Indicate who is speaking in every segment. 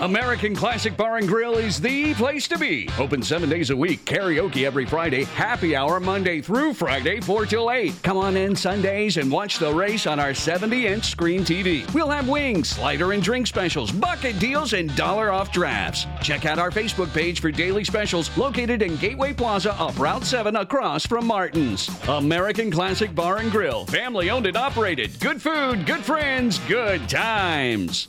Speaker 1: American Classic Bar and Grill is the place to be. Open seven days a week, karaoke every Friday, happy hour Monday through Friday, 4 till 8. Come on in Sundays and watch the race on our 70 inch screen TV. We'll have wings, slider and drink specials, bucket deals, and dollar off drafts. Check out our Facebook page for daily specials located in Gateway Plaza up Route 7 across from Martin's. American Classic Bar and Grill, family owned and operated. Good food, good friends, good times.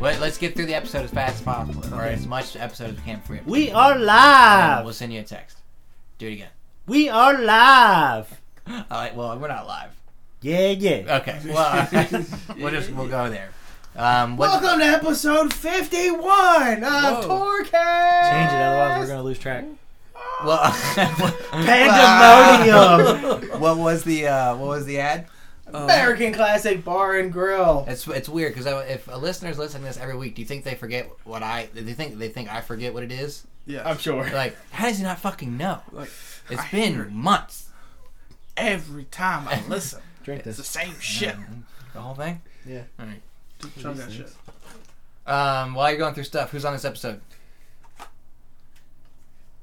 Speaker 2: Let, let's get through the episode as fast as possible, or as much episode as we can for you.
Speaker 3: We are
Speaker 2: And
Speaker 3: live.
Speaker 2: We'll send you a text. Do it again.
Speaker 3: We are live.
Speaker 2: All right. Well, we're not live.
Speaker 3: Yeah, yeah.
Speaker 2: Okay. Well, uh, we'll just we'll go there. Um, what,
Speaker 4: Welcome to episode 51 of
Speaker 2: Whoa.
Speaker 4: Torcast!
Speaker 3: Change it, otherwise we're gonna lose track.
Speaker 2: well,
Speaker 3: Pandemonium.
Speaker 2: what was the uh, what was the ad?
Speaker 4: American Classic Bar and Grill.
Speaker 2: It's it's weird because if a listener's listening to this every week, do you think they forget what I? Do you think they think I forget what it is?
Speaker 5: Yeah,
Speaker 4: I'm sure.
Speaker 2: Like, how does he not fucking know?
Speaker 5: Like,
Speaker 2: It's been months.
Speaker 5: every time I listen,
Speaker 3: Drink
Speaker 5: it's the
Speaker 3: this.
Speaker 5: same shit.
Speaker 2: The whole thing.
Speaker 3: Yeah.
Speaker 2: All right.
Speaker 5: Try that shit.
Speaker 2: Um, while you're going through stuff, who's on this episode?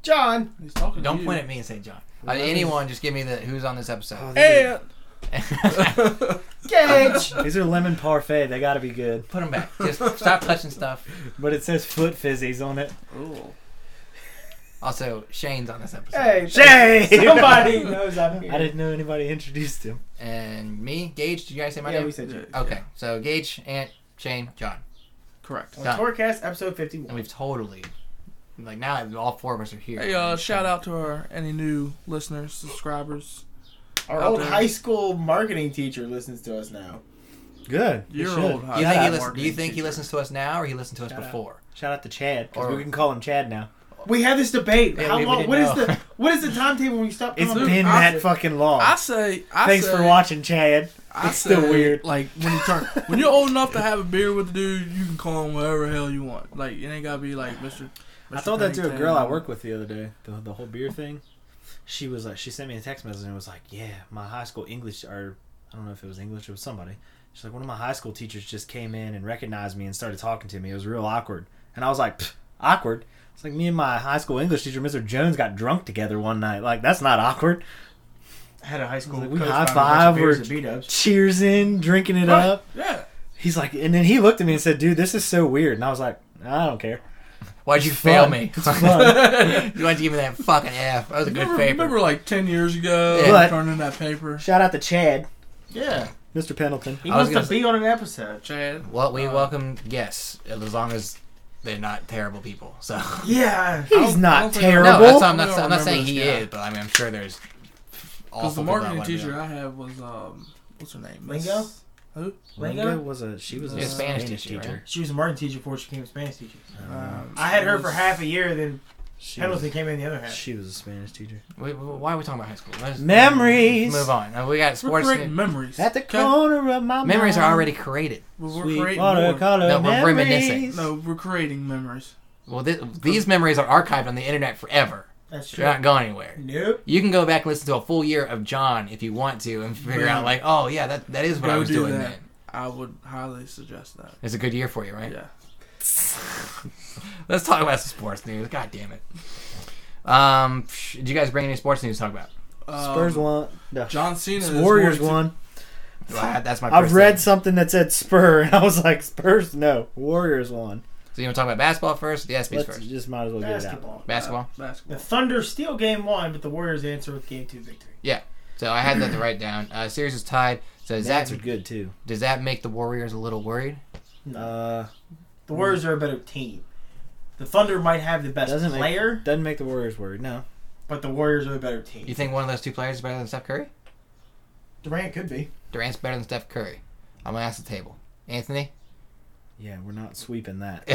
Speaker 4: John.
Speaker 5: He's talking.
Speaker 2: Don't
Speaker 5: to
Speaker 2: point
Speaker 5: you.
Speaker 2: at me and say John. Uh, anyone, just give me the who's on this episode.
Speaker 5: Hey,
Speaker 4: Gage.
Speaker 3: These are lemon parfait. They gotta be good.
Speaker 2: Put them back. Just stop touching stuff.
Speaker 3: But it says foot fizzies on it.
Speaker 5: Ooh.
Speaker 2: Also, Shane's on this episode.
Speaker 4: hey.
Speaker 3: Jay.
Speaker 4: Somebody knows I'm here.
Speaker 3: I didn't know anybody introduced him.
Speaker 2: And me, Gage. Did you guys say my
Speaker 4: Yeah,
Speaker 2: name?
Speaker 4: we said you.
Speaker 2: okay. So Gage, Ant, Shane, John.
Speaker 5: correct.
Speaker 4: On
Speaker 2: Done.
Speaker 4: Torcast episode
Speaker 2: And
Speaker 4: 51.
Speaker 2: we've totally like now that all four of us are here.
Speaker 5: Hey, uh, shout out to our any new listeners, subscribers.
Speaker 4: Our
Speaker 5: Out
Speaker 4: old
Speaker 5: there.
Speaker 4: high school marketing teacher listens to us now.
Speaker 3: Good. You
Speaker 5: Your
Speaker 3: should.
Speaker 5: old.
Speaker 2: Do you think he
Speaker 3: out,
Speaker 2: listens? Do you think he listens to us now, or he listened to us before?
Speaker 3: Shout out to Chad. 'cause
Speaker 2: Or-
Speaker 3: we can call him Chad now.
Speaker 4: We had this debate.
Speaker 2: Yeah,
Speaker 4: How
Speaker 2: we- we
Speaker 4: long?
Speaker 2: didn't
Speaker 4: What is
Speaker 2: know.
Speaker 4: the what is the timetable when you stop?
Speaker 3: It's
Speaker 4: coming?
Speaker 3: been
Speaker 5: I-
Speaker 3: that fucking long.
Speaker 5: I say, I
Speaker 3: Thanks
Speaker 5: say,
Speaker 3: for watching, Chad.
Speaker 5: I
Speaker 3: It's still
Speaker 5: say,
Speaker 3: weird.
Speaker 5: Like when you turn, when you're old enough to have a beer with the dude, you can call him whatever the hell you want. Like it ain't gotta be like Mister.
Speaker 3: I told that to a girl I worked with the other day. The, the whole beer thing. She was like, she sent me a text message and was like, "Yeah, my high school English, or I don't know if it was English, it was somebody." She's like, "One of my high school teachers just came in and recognized me and started talking to me. It was real awkward." And I was like, "Pfft, "Awkward." It's like me and my high school English teacher, Mr. Jones, got drunk together one night. Like that's not awkward.
Speaker 4: I had a high school.
Speaker 3: Like, we
Speaker 4: coach
Speaker 3: high
Speaker 4: buy me a bunch of
Speaker 3: five,
Speaker 4: beers
Speaker 3: we're-
Speaker 4: at B-dubs.
Speaker 3: Cheers in, drinking it
Speaker 5: Right.
Speaker 3: up.
Speaker 5: Yeah.
Speaker 3: He's like, and then he looked at me and said, "Dude, this is so weird." And I was like, "I don't care."
Speaker 2: Why'd you fail
Speaker 3: Fun.
Speaker 2: me?
Speaker 3: It's fun.
Speaker 2: you wanted to give me that fucking F. That was a good
Speaker 5: Remember,
Speaker 2: paper.
Speaker 5: remember, like ten years ago,
Speaker 3: Yeah. But-
Speaker 5: turning that paper.
Speaker 3: Shout out to Chad,
Speaker 4: Yeah.
Speaker 3: Mr. Pendleton.
Speaker 4: He
Speaker 2: I was
Speaker 4: wants
Speaker 2: gonna
Speaker 4: to be on an episode.
Speaker 5: Chad.
Speaker 2: Well, we
Speaker 5: Uh,
Speaker 2: welcome guests as long as they're not terrible people. So
Speaker 4: Yeah.
Speaker 5: I
Speaker 3: He's
Speaker 5: don't- I don't
Speaker 3: not
Speaker 5: think I- No,
Speaker 3: terrible.
Speaker 2: no, that's I'm
Speaker 5: I
Speaker 2: not.
Speaker 5: don't
Speaker 2: I'm not
Speaker 5: remember
Speaker 2: saying
Speaker 5: this
Speaker 2: he
Speaker 5: guy.
Speaker 2: is, but I mean, I'm sure there's.
Speaker 5: Because the
Speaker 2: awful people that
Speaker 5: marketing
Speaker 2: wanna be
Speaker 5: teacher
Speaker 2: on.
Speaker 5: I had was um, what's her name?
Speaker 4: Lingo?
Speaker 5: Miss- Who?
Speaker 3: Linda
Speaker 4: Lingo?
Speaker 3: was a she was a
Speaker 2: Yeah,
Speaker 3: Spanish,
Speaker 2: Spanish teacher,
Speaker 3: teacher.
Speaker 2: right?
Speaker 4: She was a marketing teacher before she became a Spanish teacher.
Speaker 5: Um,
Speaker 4: I had her for
Speaker 5: Miss-
Speaker 4: half a year, then
Speaker 3: She,
Speaker 4: Pendleton
Speaker 3: was,
Speaker 4: came in the other half.
Speaker 3: she was a Spanish teacher.
Speaker 2: Wait, wh- why are we talking about high school? Let's
Speaker 3: Memories
Speaker 2: move on. Uh, We got
Speaker 5: We're
Speaker 2: sports.
Speaker 5: creating
Speaker 2: news.
Speaker 5: memories.
Speaker 3: at the
Speaker 5: Okay?
Speaker 3: corner of my
Speaker 2: Memories
Speaker 3: mind.
Speaker 2: are already created.
Speaker 5: Well, we're
Speaker 3: Sweet
Speaker 5: creating more.
Speaker 3: watercolor
Speaker 2: No, we're reminiscing.
Speaker 3: memories.
Speaker 5: No, we're creating memories.
Speaker 2: Well, thi- these memories are archived on the internet forever.
Speaker 4: That's
Speaker 2: They're not going anywhere.
Speaker 4: Nope.
Speaker 2: You can go back and listen to a full year of John if you want to and figure
Speaker 5: Yeah.
Speaker 2: out, like, oh, yeah, that, that is what I
Speaker 5: Go
Speaker 2: was
Speaker 5: do
Speaker 2: doing
Speaker 5: that.
Speaker 2: then.
Speaker 5: I would highly suggest that.
Speaker 2: It's a good year for you, right?
Speaker 5: Yeah.
Speaker 2: Let's talk about some sports news. God damn it. Um, psh, did you guys bring any sports news to talk about?
Speaker 5: Um,
Speaker 3: Spurs won. No.
Speaker 5: John Cena. is
Speaker 3: Warriors
Speaker 5: going to-
Speaker 3: won.
Speaker 2: Well, I- that's my.
Speaker 3: I've
Speaker 2: first
Speaker 3: read
Speaker 2: thing.
Speaker 3: something that said Spur, and I was like, Spurs, no. Warriors won.
Speaker 2: So you want to talk about basketball first? The ESPYS
Speaker 3: Let's
Speaker 2: first.
Speaker 3: just might as well get it out.
Speaker 4: Basketball.
Speaker 2: Basketball.
Speaker 4: The
Speaker 5: Basketball.
Speaker 4: Thunder steal game one, but the Warriors answer with game two victory.
Speaker 2: So I had that to write down. Uh, series is tied. So does
Speaker 3: That's
Speaker 2: that
Speaker 3: are good too.
Speaker 2: does that make the Warriors a little worried?
Speaker 3: Uh,
Speaker 4: The Warriors are a better team. The Thunder might have the best
Speaker 3: Doesn't make-
Speaker 4: player,
Speaker 3: doesn't make the Warriors worried. No,
Speaker 4: but the Warriors are the better team.
Speaker 2: You think one of those two players is better than Steph Curry?
Speaker 4: Durant could be.
Speaker 2: Durant's better than Steph Curry. I'm gonna ask the table. Anthony,
Speaker 3: yeah, we're not sweeping that.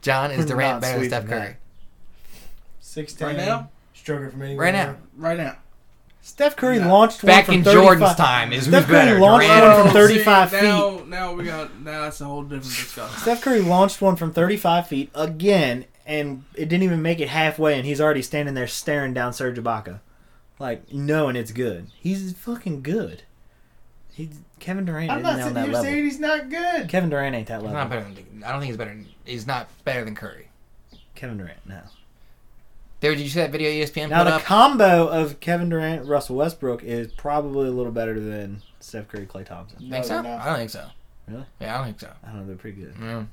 Speaker 2: John is
Speaker 3: We're
Speaker 2: Durant
Speaker 3: not
Speaker 2: better than Steph
Speaker 3: sweeping
Speaker 2: Curry?
Speaker 4: Six ten.
Speaker 5: Right now.
Speaker 4: Stroker from anywhere.
Speaker 2: Right now.
Speaker 5: Right now.
Speaker 3: Steph Curry
Speaker 5: No.
Speaker 3: launched
Speaker 2: Back
Speaker 3: one
Speaker 2: in
Speaker 3: from 35
Speaker 2: Jordan's time is
Speaker 3: Steph
Speaker 2: who's
Speaker 3: Curry
Speaker 2: better.
Speaker 3: launched
Speaker 2: Durant.
Speaker 3: one
Speaker 2: or-
Speaker 3: from 35
Speaker 5: Oh, See,
Speaker 3: feet.
Speaker 5: Now, now we got. Now that's a whole different discussion.
Speaker 3: Steph Curry launched one from 35 feet again, and it didn't even make it halfway, and he's already standing there staring down Serge Ibaka, like knowing it's good. He's fucking good. He Kevin Durant
Speaker 4: I'm
Speaker 3: isn't
Speaker 4: not
Speaker 3: on
Speaker 4: sitting
Speaker 3: that
Speaker 4: here
Speaker 3: level.
Speaker 4: saying he's not good.
Speaker 3: Kevin Durant ain't that
Speaker 2: He's
Speaker 3: level.
Speaker 2: not better than. I don't think he's better. Than, he's not better than Curry.
Speaker 3: Kevin Durant, no.
Speaker 2: David, did you see that video E ESPN
Speaker 3: Now
Speaker 2: put
Speaker 3: the
Speaker 2: up?
Speaker 3: combo of Kevin Durant, Russell Westbrook is probably a little better than Steph Curry, Clay Thompson.
Speaker 4: No,
Speaker 2: think so?
Speaker 4: they're not.
Speaker 2: I don't think so.
Speaker 3: Really?
Speaker 2: Yeah, I don't think so.
Speaker 3: I don't know, they're pretty good.
Speaker 2: Mm.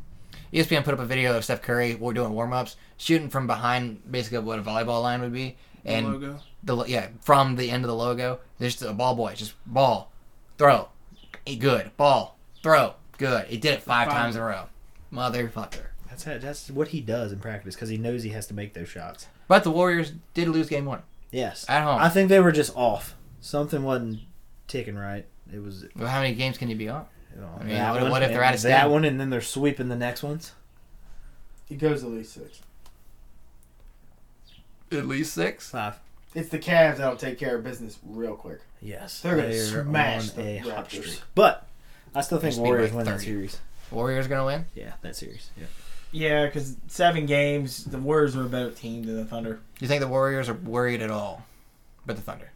Speaker 2: ESPN put up a video of Steph Curry. We're doing warm ups, shooting from behind, basically what a volleyball line would be, and
Speaker 5: logo.
Speaker 2: the lo- yeah from the end of the logo. There's just a ball boy, just ball, throw, eh, good ball, throw, good. He did it five,
Speaker 5: Five.
Speaker 2: times in a row, motherfucker.
Speaker 3: That's how, that's what he does in practice because he knows he has to make those shots.
Speaker 2: But the Warriors did lose game one.
Speaker 3: Yes,
Speaker 2: At home.
Speaker 3: I think they were just off. Something wasn't ticking right. It was.
Speaker 2: Well, how many games can you be on?
Speaker 3: you know,
Speaker 2: I mean,
Speaker 3: that
Speaker 2: what-
Speaker 3: one,
Speaker 2: what if
Speaker 3: and
Speaker 2: they're out of
Speaker 3: that
Speaker 2: steam?
Speaker 3: one, and then they're sweeping the next ones?
Speaker 4: It goes at least six.
Speaker 2: At least six.
Speaker 4: Uh,
Speaker 3: Five.
Speaker 4: It's the Cavs that'll take care of business real quick.
Speaker 3: Yes,
Speaker 4: They're gonna
Speaker 3: they are
Speaker 4: smash
Speaker 3: on
Speaker 4: the
Speaker 3: a hot
Speaker 4: Raptors.
Speaker 3: streak. But I still think
Speaker 2: Just beat
Speaker 3: Warriors
Speaker 2: like
Speaker 3: win that
Speaker 2: 30.
Speaker 3: series.
Speaker 2: Warriors gonna win.
Speaker 3: Yeah, that series. Yeah.
Speaker 4: Yeah, because seven games, the Warriors were a better team than the Thunder.
Speaker 2: Do you think the Warriors are worried at all? But the Thunder.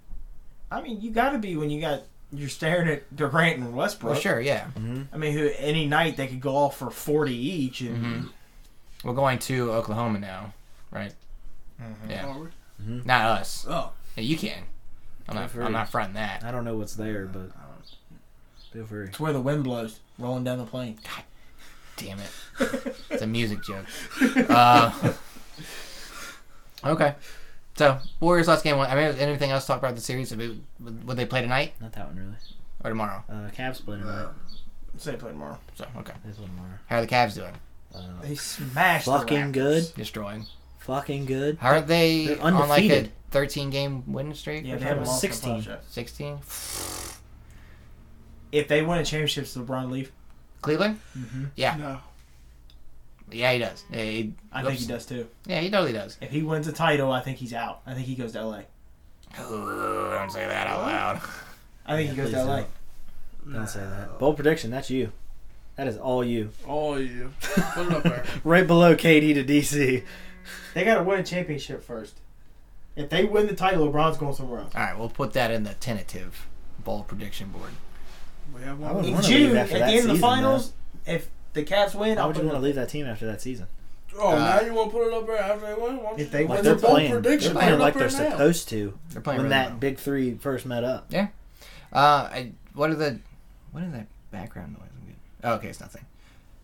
Speaker 4: I mean, you got to be when you got you're staring at Durant and Westbrook.
Speaker 2: Well, sure, yeah.
Speaker 4: I mean, who any night they could go off for forty each, and
Speaker 3: Mm-hmm.
Speaker 2: We're going to Oklahoma now, right? Yeah.
Speaker 5: Are we?
Speaker 2: Not us.
Speaker 5: Oh,
Speaker 2: Yeah, you can. I'm not.
Speaker 3: Free.
Speaker 2: I'm not fronting that.
Speaker 3: I don't know what's there, but feel free.
Speaker 4: it's where the wind blows, rolling down the plane.
Speaker 2: Damn it. It's a music joke. Uh, okay. So Warriors lost game one. I mean, is anything else to talk about the series? Would would they play tonight
Speaker 3: Not that one really.
Speaker 2: or tomorrow?
Speaker 3: Uh, Cavs playing tonight.
Speaker 4: Say play tomorrow.
Speaker 2: So okay.
Speaker 3: That's one more.
Speaker 2: How are the Cavs doing?
Speaker 3: Uh,
Speaker 4: They smashed.
Speaker 3: fucking
Speaker 4: the Raptors.
Speaker 3: good.
Speaker 2: Destroying.
Speaker 3: Fucking good.
Speaker 2: How are they
Speaker 3: They're
Speaker 2: on like a
Speaker 3: undefeated.
Speaker 2: 13 game winning streak?
Speaker 4: Yeah,
Speaker 2: or
Speaker 4: they haven't
Speaker 2: something?
Speaker 4: lost in a
Speaker 3: 16.
Speaker 4: playoff yet.
Speaker 2: 16.
Speaker 4: If they win a championship, does LeBron leave?
Speaker 2: Cleveland?
Speaker 5: no.
Speaker 2: Yeah, he does. Yeah, he,
Speaker 4: I think he does too.
Speaker 2: Yeah, he totally does.
Speaker 4: If he wins a title, I think he's out. I think he goes to LA.
Speaker 2: Ooh, don't say that out loud.
Speaker 4: I think he goes
Speaker 3: please
Speaker 4: to LA.
Speaker 3: don't. Don't say that. Bold prediction. That's you. That is all you.
Speaker 5: All you. Put it up there.
Speaker 3: Right below KD to DC.
Speaker 4: They got to win a championship first. If they win the title, LeBron's going somewhere else.
Speaker 2: All right, we'll put that in the tentative bold prediction board.
Speaker 5: We have
Speaker 3: I would
Speaker 5: one.
Speaker 4: In
Speaker 3: wanna leave
Speaker 4: June, at
Speaker 3: after
Speaker 4: the
Speaker 3: that
Speaker 4: end of the
Speaker 3: season,
Speaker 4: finals, if the Cavs win,
Speaker 3: Why
Speaker 4: I'll
Speaker 3: would you
Speaker 4: put
Speaker 3: want to
Speaker 4: them.
Speaker 3: leave that team after that season?
Speaker 5: Oh,
Speaker 2: Uh,
Speaker 5: now you want to put it up there after they win? Why
Speaker 4: If they
Speaker 5: don't
Speaker 3: Like
Speaker 4: win, What's
Speaker 5: you
Speaker 3: they're
Speaker 4: the bold
Speaker 5: put it
Speaker 3: playing.
Speaker 5: up there?
Speaker 3: They're playing
Speaker 5: Put it
Speaker 3: like
Speaker 5: up
Speaker 3: they're
Speaker 5: there now.
Speaker 3: supposed to
Speaker 2: They're playing
Speaker 3: when
Speaker 2: really
Speaker 3: that
Speaker 2: well.
Speaker 3: big three first met up.
Speaker 2: Uh, I, what are the what is that background noise? I'm good. Oh, okay, it's nothing.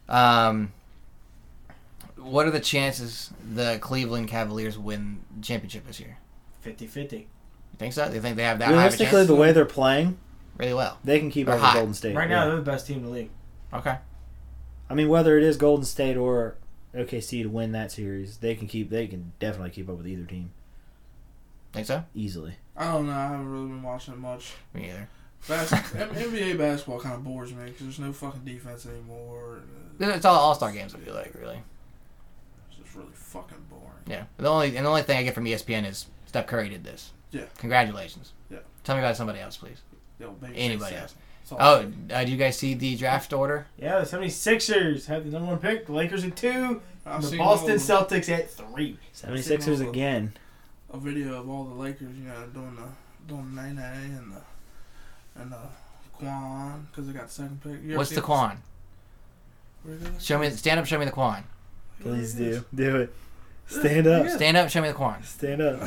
Speaker 2: Um, what are the chances the Cleveland Cavaliers win the championship this year?
Speaker 4: 50-50.
Speaker 2: You think so? They think they have that high of a
Speaker 3: Realistically,
Speaker 2: chance?
Speaker 3: the way they're playing,
Speaker 2: really well.
Speaker 3: they can keep
Speaker 2: They're
Speaker 3: up with
Speaker 2: hot.
Speaker 3: Golden State.
Speaker 4: Right now,
Speaker 3: yeah.
Speaker 4: they're the best team in the league.
Speaker 2: Okay.
Speaker 3: I mean, whether it is Golden State or OKC to win that series, they can keep. They can definitely keep up with either team
Speaker 2: Think so?
Speaker 3: easily.
Speaker 5: I don't know. I haven't really been watching much.
Speaker 2: Me either.
Speaker 5: Bas- M- NBA basketball kind of bores me because there's no fucking defense anymore. and, uh,
Speaker 2: It's all All Star games. I feel like really.
Speaker 5: It's just really fucking boring.
Speaker 2: Yeah. The only and the only thing I get from E ESPN is Steph Curry did this.
Speaker 5: Yeah.
Speaker 2: Congratulations.
Speaker 5: Yeah.
Speaker 2: Tell me about somebody else, please.
Speaker 5: Yo, baby,
Speaker 2: Anybody
Speaker 5: it's-
Speaker 2: else?
Speaker 5: it's all-
Speaker 2: Oh, uh, do you guys see the draft order?
Speaker 4: Yeah, the 76ers have the number one pick. The Lakers at two.
Speaker 5: I've
Speaker 4: the
Speaker 5: seen
Speaker 4: Boston
Speaker 5: all of-
Speaker 4: Celtics at three.
Speaker 3: 76ers again.
Speaker 5: a video of all the Lakers, you know, doing the doing Nene and the and the Quan because they got the second pick. You ever
Speaker 2: What's
Speaker 5: seen
Speaker 2: the
Speaker 5: this?
Speaker 2: Quan?
Speaker 5: Where they go?
Speaker 2: Show me. Stand up. Show me the Quan.
Speaker 3: Please do. Do it. Stand up.
Speaker 2: Stand up. Show me the Quan.
Speaker 3: Stand up.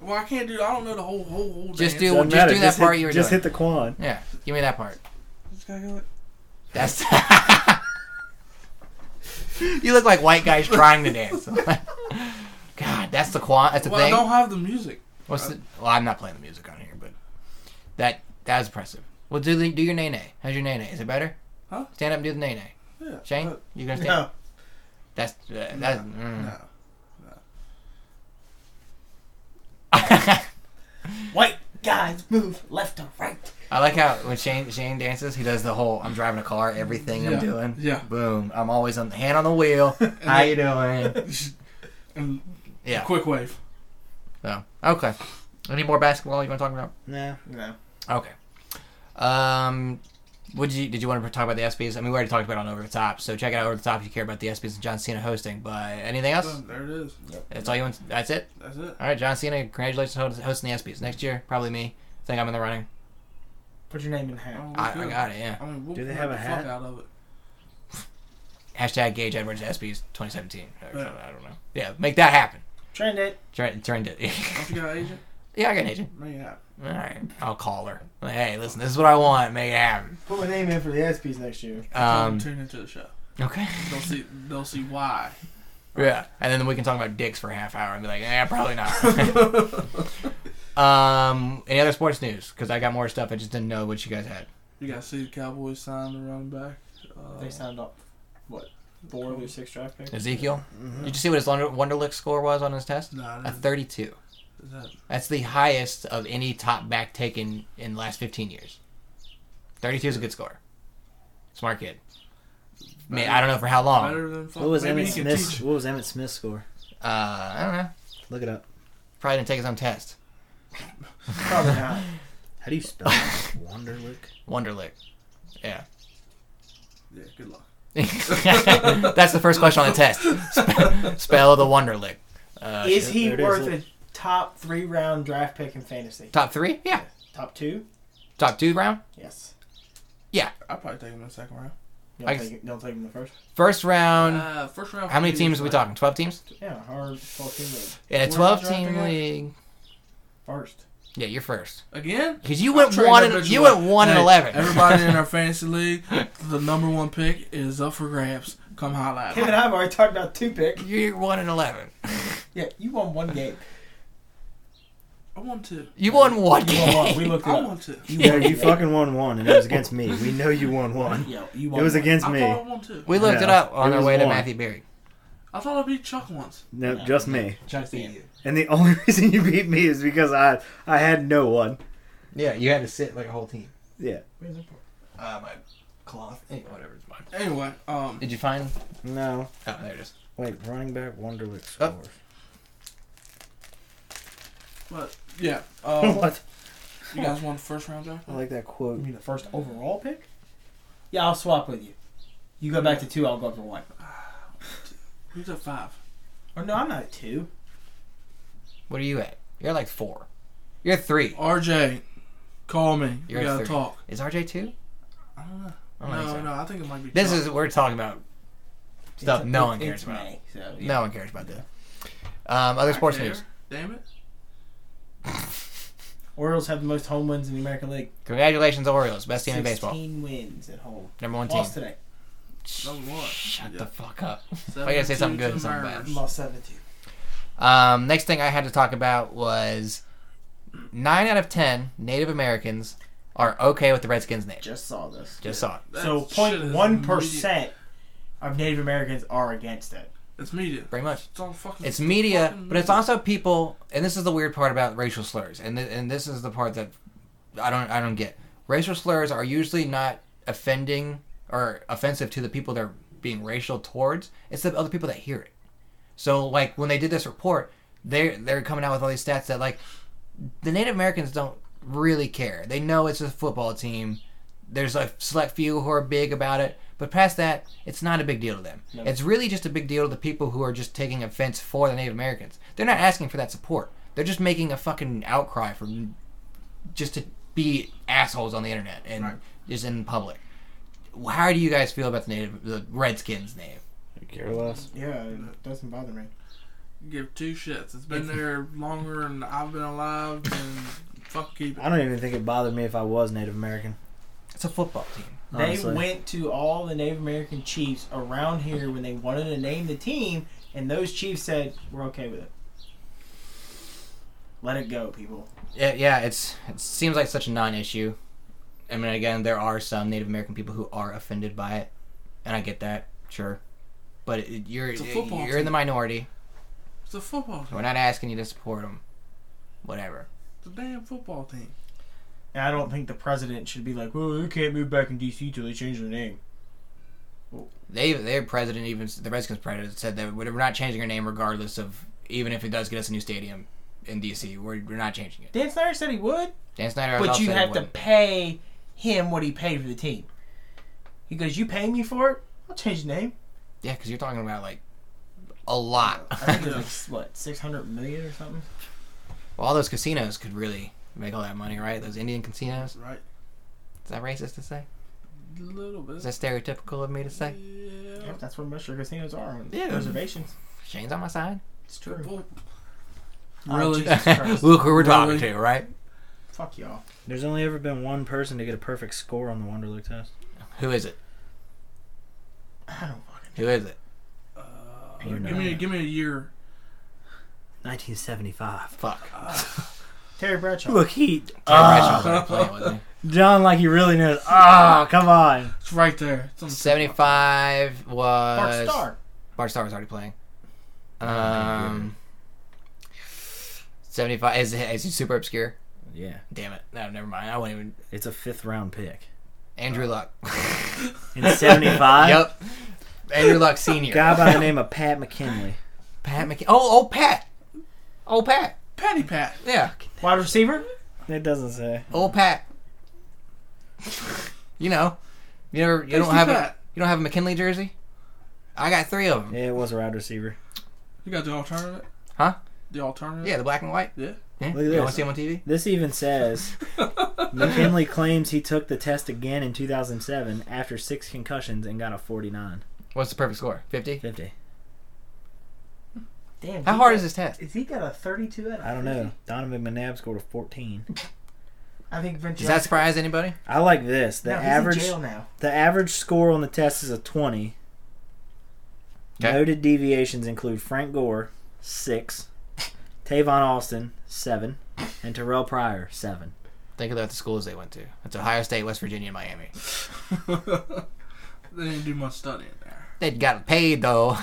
Speaker 5: Well, I can't do. I don't know the whole whole whole.
Speaker 2: Just
Speaker 5: dance.
Speaker 2: do-
Speaker 3: Doesn't matter.
Speaker 2: do that part
Speaker 3: hit,
Speaker 2: you were
Speaker 3: Just
Speaker 2: doing.
Speaker 3: hit the quan.
Speaker 2: Yeah. Give me that part.
Speaker 5: Just gotta go like,
Speaker 2: That's. you look like white guys trying to dance. God, that's the Quan. That's the
Speaker 5: well, I don't
Speaker 2: thing.
Speaker 5: have the music.
Speaker 2: What's the? Well, I'm not playing the music on here, but that that was impressive. Well, do the, do your nay nay. How's your nay nay? Is it better?
Speaker 5: Huh? Uh,
Speaker 2: Stand up and do the nay nay.
Speaker 5: Yeah.
Speaker 2: Shane,
Speaker 5: but
Speaker 2: you gonna stand?
Speaker 4: No.
Speaker 2: That's uh, that's. mm.
Speaker 5: no.
Speaker 2: mm.
Speaker 4: White guys move left to right.
Speaker 2: I like how when Shane Shane dances, he does the whole "I'm driving a car, everything
Speaker 5: Yeah,
Speaker 2: I'm doing."
Speaker 5: yeah.
Speaker 2: Boom. I'm always on the hand on the wheel. How you doing?
Speaker 5: And
Speaker 2: Yeah.
Speaker 5: quick wave.
Speaker 2: So okay. Any more basketball you want to talk about?
Speaker 3: No.
Speaker 4: No.
Speaker 2: Okay. Um, would you did you want to talk about the ESPYS? I mean, we already talked about it on Over the Top, so check it out Over the Top if you care about the ESPYS and John Cena hosting. But anything else?
Speaker 5: Boom, there it is.
Speaker 2: That's all you want. That's it.
Speaker 5: That's it.
Speaker 2: All right, John Cena, congratulations on hosting the ESPYS. Next year, probably me. I think I'm in the running.
Speaker 4: Put your name in the hat.
Speaker 5: Oh, we
Speaker 2: I, I
Speaker 5: could.
Speaker 2: got it. Yeah.
Speaker 5: I mean, we'll
Speaker 3: Do they
Speaker 5: crack
Speaker 3: have a
Speaker 5: the
Speaker 3: hat?
Speaker 5: fuck out of it.
Speaker 2: Hashtag Gage Edwards ESPYS 2017. or
Speaker 5: Yeah.
Speaker 2: something, I don't know. Yeah, make that happen.
Speaker 4: Trend it.
Speaker 2: Turn, turned it.
Speaker 5: Don't you got an agent?
Speaker 2: yeah, I got an agent.
Speaker 5: Make it happen.
Speaker 2: All right, I'll call her. Like, hey, listen, this is what I want. Make it happen.
Speaker 4: Put my name in for the SPs next year.
Speaker 2: Um,
Speaker 5: tune into the show.
Speaker 2: okay.
Speaker 5: They'll see. They'll see why.
Speaker 2: Yeah, and then we can talk about dicks for a half hour and be like, eh, probably not. um, any other sports news? Because I got more stuff. I just didn't know what you guys had.
Speaker 5: You got to see the Cowboys signed the running back. Uh,
Speaker 4: They signed up, what, four of their six draft picks?
Speaker 2: Ezekiel, did you see what his Wonder- Wonderlick score was on his test?
Speaker 5: No, I
Speaker 2: A
Speaker 5: didn't.
Speaker 2: 32.
Speaker 5: Is that
Speaker 2: That's the highest of any top back taken in the last 15 years. 32 is a good score. Smart kid. I, mean, I don't know for how long.
Speaker 5: better than fuck?
Speaker 3: What was
Speaker 5: Maybe
Speaker 3: Emmett
Speaker 5: he can
Speaker 3: Smith's?
Speaker 5: teach-
Speaker 3: What was Emmett Smith's score?
Speaker 2: Uh, I don't know.
Speaker 3: Look it up.
Speaker 2: Probably didn't take his own test.
Speaker 4: Probably not.
Speaker 3: How do you spell it? Wanderlick.
Speaker 2: Wonderlick.
Speaker 5: Yeah, good luck.
Speaker 2: That's the first question on the test. Spe- Spell the Wonderlick. Uh,
Speaker 4: Is
Speaker 3: shit,
Speaker 4: he
Speaker 3: there it is.
Speaker 4: worth a top three round draft pick in fantasy?
Speaker 2: top three? Yeah.
Speaker 4: Top two?
Speaker 2: Top two round?
Speaker 4: Yes.
Speaker 5: I'll probably take him in the second round.
Speaker 4: Don't,
Speaker 2: I-
Speaker 4: take, him- don't take him the first.
Speaker 2: First round.
Speaker 5: Uh, first round.
Speaker 2: how many
Speaker 5: for
Speaker 2: teams
Speaker 5: me,
Speaker 2: are we
Speaker 5: like,
Speaker 2: talking? 12 teams?
Speaker 4: Yeah, hard fourteen league.
Speaker 2: In a
Speaker 5: Where am I
Speaker 2: 12 team
Speaker 5: drafting at?
Speaker 2: league.
Speaker 4: First.
Speaker 2: Yeah, you're first.
Speaker 5: Again?
Speaker 2: Because you
Speaker 5: I'm
Speaker 2: went
Speaker 5: trading
Speaker 2: one
Speaker 5: that
Speaker 2: and,
Speaker 5: bitch
Speaker 2: you
Speaker 5: away.
Speaker 2: went one and
Speaker 5: Hey,
Speaker 2: 11.
Speaker 5: Everybody in our fantasy league, the number one pick is up for grabs. Come holla at
Speaker 4: Him and
Speaker 5: me.
Speaker 4: I have already talked about two pick.
Speaker 2: You're one and eleven.
Speaker 4: Yeah, you won one game.
Speaker 5: I want to.
Speaker 2: You won one
Speaker 4: You won one.
Speaker 2: game.
Speaker 4: We looked it
Speaker 5: I
Speaker 4: up.
Speaker 5: want to.
Speaker 4: You
Speaker 3: Yeah,
Speaker 4: won
Speaker 3: you
Speaker 4: one.
Speaker 3: fucking won one, and it was against me. We know you won one.
Speaker 4: Yeah, you won
Speaker 3: It was
Speaker 4: one.
Speaker 3: against
Speaker 5: I
Speaker 3: me.
Speaker 5: thought I want to.
Speaker 2: We looked
Speaker 3: No,
Speaker 2: it up on
Speaker 3: it
Speaker 2: our
Speaker 3: was
Speaker 2: way to
Speaker 3: one.
Speaker 2: Matthew Berry.
Speaker 5: I thought I beat Chuck once.
Speaker 3: No, just me.
Speaker 4: Chuck the you.
Speaker 3: And the only reason you beat me is because I I had no one.
Speaker 2: Yeah, you had to sit like a whole team.
Speaker 3: Yeah.
Speaker 2: Uh, my cloth. Hey, whatever it's mine.
Speaker 5: Anyway, um,
Speaker 2: Did you find?
Speaker 3: No.
Speaker 2: Oh, there it is.
Speaker 3: Wait, running back Wonderlick
Speaker 2: Oh.
Speaker 3: score.
Speaker 5: but yeah, um,
Speaker 3: what?
Speaker 5: you guys won the first round draft.
Speaker 3: I like that
Speaker 4: You
Speaker 3: quote.
Speaker 4: mean the first overall pick? Yeah, I'll swap with you. You go back to two, I'll go up to one.
Speaker 5: Who's at five?
Speaker 4: Or Oh, no, I'm not at two.
Speaker 2: What are you at? You're like four. You're three.
Speaker 5: RJ, call me.
Speaker 2: You're
Speaker 5: we
Speaker 2: at
Speaker 5: gotta
Speaker 2: three.
Speaker 5: talk.
Speaker 2: Is RJ two? Uh,
Speaker 5: I don't know.
Speaker 2: I don't
Speaker 5: no,
Speaker 2: think so.
Speaker 5: no, I think it might be.
Speaker 2: This
Speaker 5: Chuck.
Speaker 2: is we're talking about stuff
Speaker 4: It's-
Speaker 2: no one cares
Speaker 4: it's
Speaker 2: about.
Speaker 4: May, so, yeah.
Speaker 2: No one cares about this. Um, other
Speaker 5: I
Speaker 2: sports
Speaker 5: care.
Speaker 2: news.
Speaker 5: Damn it.
Speaker 4: Orioles have the most home wins in the American League.
Speaker 2: Congratulations, Orioles, best team in baseball,
Speaker 4: 16 wins at home.
Speaker 2: number one team.
Speaker 4: Lost today.
Speaker 5: Number one.
Speaker 2: Shut
Speaker 5: Yeah.
Speaker 2: the fuck up.
Speaker 5: Seven,
Speaker 2: I gotta say something
Speaker 5: two
Speaker 2: good
Speaker 5: to
Speaker 2: and something
Speaker 5: Mariners.
Speaker 2: bad.
Speaker 4: Lost 17.
Speaker 2: Um, next thing I had to talk about was nine out of ten Native Americans are okay with the Redskins name.
Speaker 4: Just saw this.
Speaker 2: Just saw it.
Speaker 5: That
Speaker 4: so
Speaker 5: shit is
Speaker 4: 0.1% of Native Americans are against it.
Speaker 5: media. It's media.
Speaker 2: Pretty much.
Speaker 5: It's all fucking.
Speaker 2: It's media,
Speaker 5: fucking
Speaker 2: but it's also people. And this is the weird part about racial slurs, and th- and this is the part that I don't I don't get. Racial slurs are usually not offending or offensive to the people they're being racial towards. It's the other people that hear it. So like when they did this report, they are they're coming out with all these stats that like the Native Americans don't really care. They know it's a football team. There's a select few who are big about it, but past that, it's not a big deal to them. It's really just a big deal to the people who are just taking offense for the Native Americans. They're not asking for that support. They're just making a fucking outcry for just to be assholes on the internet and just in public. How do you guys feel about the Native the Redskins name?
Speaker 3: Care less.
Speaker 4: Yeah, it doesn't bother me.
Speaker 5: Give two shits. It's been
Speaker 2: Mm-hmm.
Speaker 5: there longer than I've been alive, and fuck keep it.
Speaker 3: I don't even think it bothered me if I was Native American.
Speaker 2: It's a football team.
Speaker 3: honestly.
Speaker 4: They went to all the Native American chiefs around here when they wanted to name the team, and those chiefs said, "We're okay with it. Let it go, people."
Speaker 2: Yeah, yeah, it's it seems like such a non-issue. I mean, again, there are some Native American people who are offended by it, and I get that, sure. But it, you're
Speaker 5: It's a football
Speaker 2: you're in the
Speaker 5: team.
Speaker 2: minority.
Speaker 5: It's a football team.
Speaker 2: We're not asking you to support them. Whatever.
Speaker 5: It's a damn football team.
Speaker 4: And I don't think the president should be like, "Well, they can't move back in D.C. till they change their name."
Speaker 2: They their president even the Redskins president said that we're not changing our name regardless of even if it does get us a new stadium in D.C. We're, we're not changing it.
Speaker 4: Dan Snyder said he would,
Speaker 2: Dan Snyder. has
Speaker 4: but
Speaker 2: also
Speaker 4: you
Speaker 2: said
Speaker 4: have to
Speaker 2: what-
Speaker 4: pay him what he paid for the team. He goes, "You pay me for it? I'll change the name."
Speaker 2: Yeah, because you're talking about like a lot.
Speaker 4: I think it was like what six hundred million or something.
Speaker 2: Well, all those casinos could really make all that money, right? Those Indian casinos.
Speaker 5: Right.
Speaker 2: Is that racist to say?
Speaker 5: A little bit.
Speaker 2: Is that stereotypical of me to say?
Speaker 5: Yeah.
Speaker 4: Yep, that's where most of your casinos are on
Speaker 2: Yeah.
Speaker 4: reservations.
Speaker 2: Shane's on my side.
Speaker 4: It's true.
Speaker 5: Well,
Speaker 4: Oh,
Speaker 5: Really?
Speaker 4: Jesus Christ.
Speaker 2: Look who we're talking
Speaker 5: Really?
Speaker 2: to, right?
Speaker 4: Fuck y'all.
Speaker 3: There's only ever been one person to get a perfect score on the Wonderlic test.
Speaker 2: Who is it?
Speaker 4: I don't fucking.
Speaker 2: Who is it?
Speaker 5: uh,
Speaker 3: You're
Speaker 5: give
Speaker 3: not.
Speaker 5: me give me a year.
Speaker 3: 1975.
Speaker 2: Fuck.
Speaker 4: Terry Bradshaw.
Speaker 3: Look, he.
Speaker 4: Uh,
Speaker 2: Terry Bradshaw was playing with me.
Speaker 3: John, like he really knows. Ah, come on.
Speaker 5: It's right there. It's on the tip.
Speaker 2: 75 was.
Speaker 4: Mark Starr. Oh,
Speaker 2: Bart Star was already playing. Um, 75 is is he super obscure?
Speaker 3: Yeah,
Speaker 2: Damn it! No, never mind. I won't even.
Speaker 3: it's a fifth round pick
Speaker 4: Uh,
Speaker 2: Andrew Luck.
Speaker 3: in '75.
Speaker 2: yep. Andrew Luck Senior.
Speaker 3: Guy by the name of Pat McKinley.
Speaker 2: Pat McK. Oh, oh Pat. Oh Pat.
Speaker 5: Patty Pat.
Speaker 2: Yeah.
Speaker 4: Wide receiver.
Speaker 3: It doesn't say.
Speaker 2: Oh Pat. you know, you never you don't
Speaker 5: Tasty
Speaker 2: have a,
Speaker 5: Pat.
Speaker 2: you don't have a McKinley jersey. I got three of them.
Speaker 3: Yeah, it was a wide receiver.
Speaker 5: You got the alternative?
Speaker 2: Huh?
Speaker 5: The alternative?
Speaker 2: Yeah, the black and white.
Speaker 5: Yeah.
Speaker 2: Yeah.
Speaker 3: Look at
Speaker 2: You want
Speaker 3: this.
Speaker 2: to see them on TV?
Speaker 3: This even says McKinley claims he took the test again in 2007 after six concussions and got a 49.
Speaker 2: What's the perfect score? Fifty.
Speaker 3: 50.
Speaker 4: Damn.
Speaker 2: How
Speaker 4: he
Speaker 2: hard
Speaker 4: got-
Speaker 2: is this test?
Speaker 4: Is he got a 32 out of
Speaker 3: I don't know.
Speaker 4: 50?
Speaker 3: Donovan McNabb scored a 14.
Speaker 4: I think
Speaker 2: Does
Speaker 4: Ventura.
Speaker 2: that surprise anybody?
Speaker 3: I like this. The
Speaker 4: no, he's
Speaker 3: average
Speaker 4: in jail now.
Speaker 3: the average score on the test is a 20.
Speaker 2: Okay.
Speaker 3: Noted deviations include Frank Gore, 6, Tavon Austin, 7, and Terrell Pryor, 7.
Speaker 2: Think about the schools they went to. It's Ohio State, West Virginia, and Miami.
Speaker 5: they didn't do much studying there.
Speaker 2: They got paid though.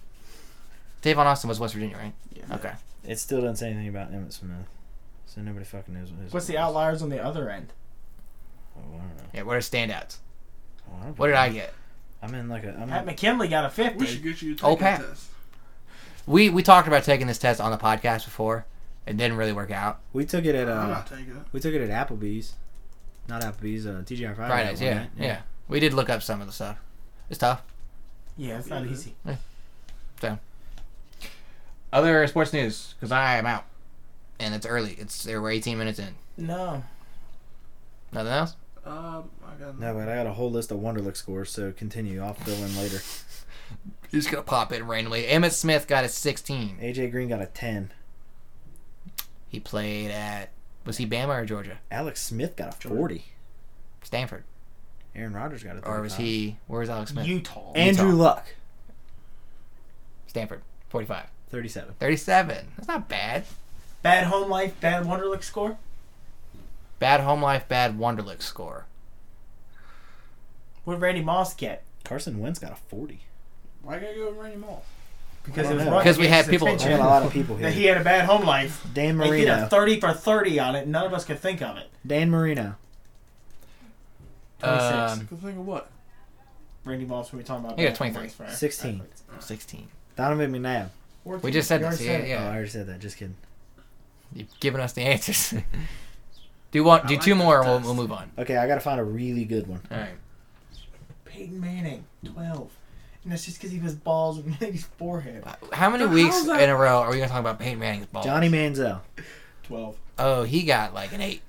Speaker 2: Davon Austin was West Virginia, right?
Speaker 5: Yeah.
Speaker 2: Okay.
Speaker 3: It still doesn't say anything about Emmett Smith. So nobody fucking knows what his
Speaker 4: What's the
Speaker 3: was.
Speaker 4: outliers on the other end?
Speaker 3: Oh, I don't know.
Speaker 2: Yeah, what are standouts?
Speaker 3: Oh, I don't
Speaker 2: What did I get?
Speaker 3: I'm in like a. I'm
Speaker 4: Pat
Speaker 3: in,
Speaker 4: McKinley got a 50.
Speaker 5: We should get you a
Speaker 2: Oh,
Speaker 5: taking
Speaker 2: Pat.
Speaker 5: test.
Speaker 2: We we talked about taking this test on the podcast before. It didn't really work out.
Speaker 3: we took it at
Speaker 5: I'm
Speaker 3: uh,
Speaker 5: not taking it.
Speaker 3: we took it at Applebee's, not Applebee's. Uh, TGI Fridays.
Speaker 2: Fridays,
Speaker 3: one
Speaker 2: yeah,
Speaker 3: night,
Speaker 2: yeah. We did look up some of the stuff. It's tough.
Speaker 4: yeah, it's not
Speaker 5: Yeah.
Speaker 4: easy.
Speaker 2: Other sports news, because I am out, and it's early. It's we're 18 minutes in.
Speaker 4: No.
Speaker 2: Nothing else.
Speaker 5: Um, I got
Speaker 3: No, but I got a whole list of Wonderlic scores. So continue. I'll fill in later.
Speaker 2: He's gonna pop in randomly. Emmett Smith got a 16.
Speaker 3: AJ Green got a ten.
Speaker 2: He played at was he Bama or Georgia?
Speaker 3: Alex Smith got a forty.
Speaker 2: Stanford,
Speaker 3: Aaron Rodgers got a.
Speaker 2: or was
Speaker 3: 35.
Speaker 2: he? Where's Alex Smith?
Speaker 4: Utah.
Speaker 3: Andrew
Speaker 2: Utah.
Speaker 3: Luck,
Speaker 2: Stanford, 45,
Speaker 3: thirty-seven.
Speaker 2: 37. That's not bad.
Speaker 4: Bad home life, bad Wonderlick score.
Speaker 2: Bad home life, bad Wonderlick score.
Speaker 4: What did Randy Moss get?
Speaker 3: Carson Wentz got a forty.
Speaker 5: Why gotta go with Randy Moss?
Speaker 4: Because
Speaker 3: I
Speaker 4: it was
Speaker 3: don't know.
Speaker 4: Rutgers
Speaker 2: Because we had people-
Speaker 3: I
Speaker 4: attention
Speaker 3: got a lot of people
Speaker 4: That
Speaker 3: here.
Speaker 4: he had a bad home life.
Speaker 3: Dan
Speaker 4: They did a
Speaker 3: Marino.
Speaker 4: 30 for 30 on it. None of us could think of it.
Speaker 3: Dan Marino.
Speaker 4: 26.
Speaker 2: Um,
Speaker 5: Good thing of what?
Speaker 4: Randy Moss, we were talking about.
Speaker 2: He got
Speaker 4: bad
Speaker 2: 23.
Speaker 4: home life for our
Speaker 3: 16.
Speaker 4: athletes.
Speaker 2: 16.
Speaker 3: Donovan McNabb.
Speaker 2: We just said
Speaker 4: You
Speaker 2: this.
Speaker 4: already
Speaker 2: Yeah,
Speaker 4: said it.
Speaker 3: Oh, I
Speaker 2: yeah.
Speaker 3: already said that. Just kidding.
Speaker 2: You've given us the answers. do one,
Speaker 5: I
Speaker 2: do
Speaker 5: like
Speaker 2: two
Speaker 5: this
Speaker 2: more, and we'll,
Speaker 5: test.
Speaker 2: we'll move on.
Speaker 3: Okay, I gotta find a really good one.
Speaker 2: All right.
Speaker 4: Peyton Manning, 12. And that's just because he was balls and his forehead.
Speaker 2: How many
Speaker 5: Dude,
Speaker 2: weeks
Speaker 5: how's that-
Speaker 2: in a row are we gonna talk about Peyton Manning's ball?
Speaker 3: Johnny Manziel,
Speaker 4: 12.
Speaker 2: Oh, he got like an eight.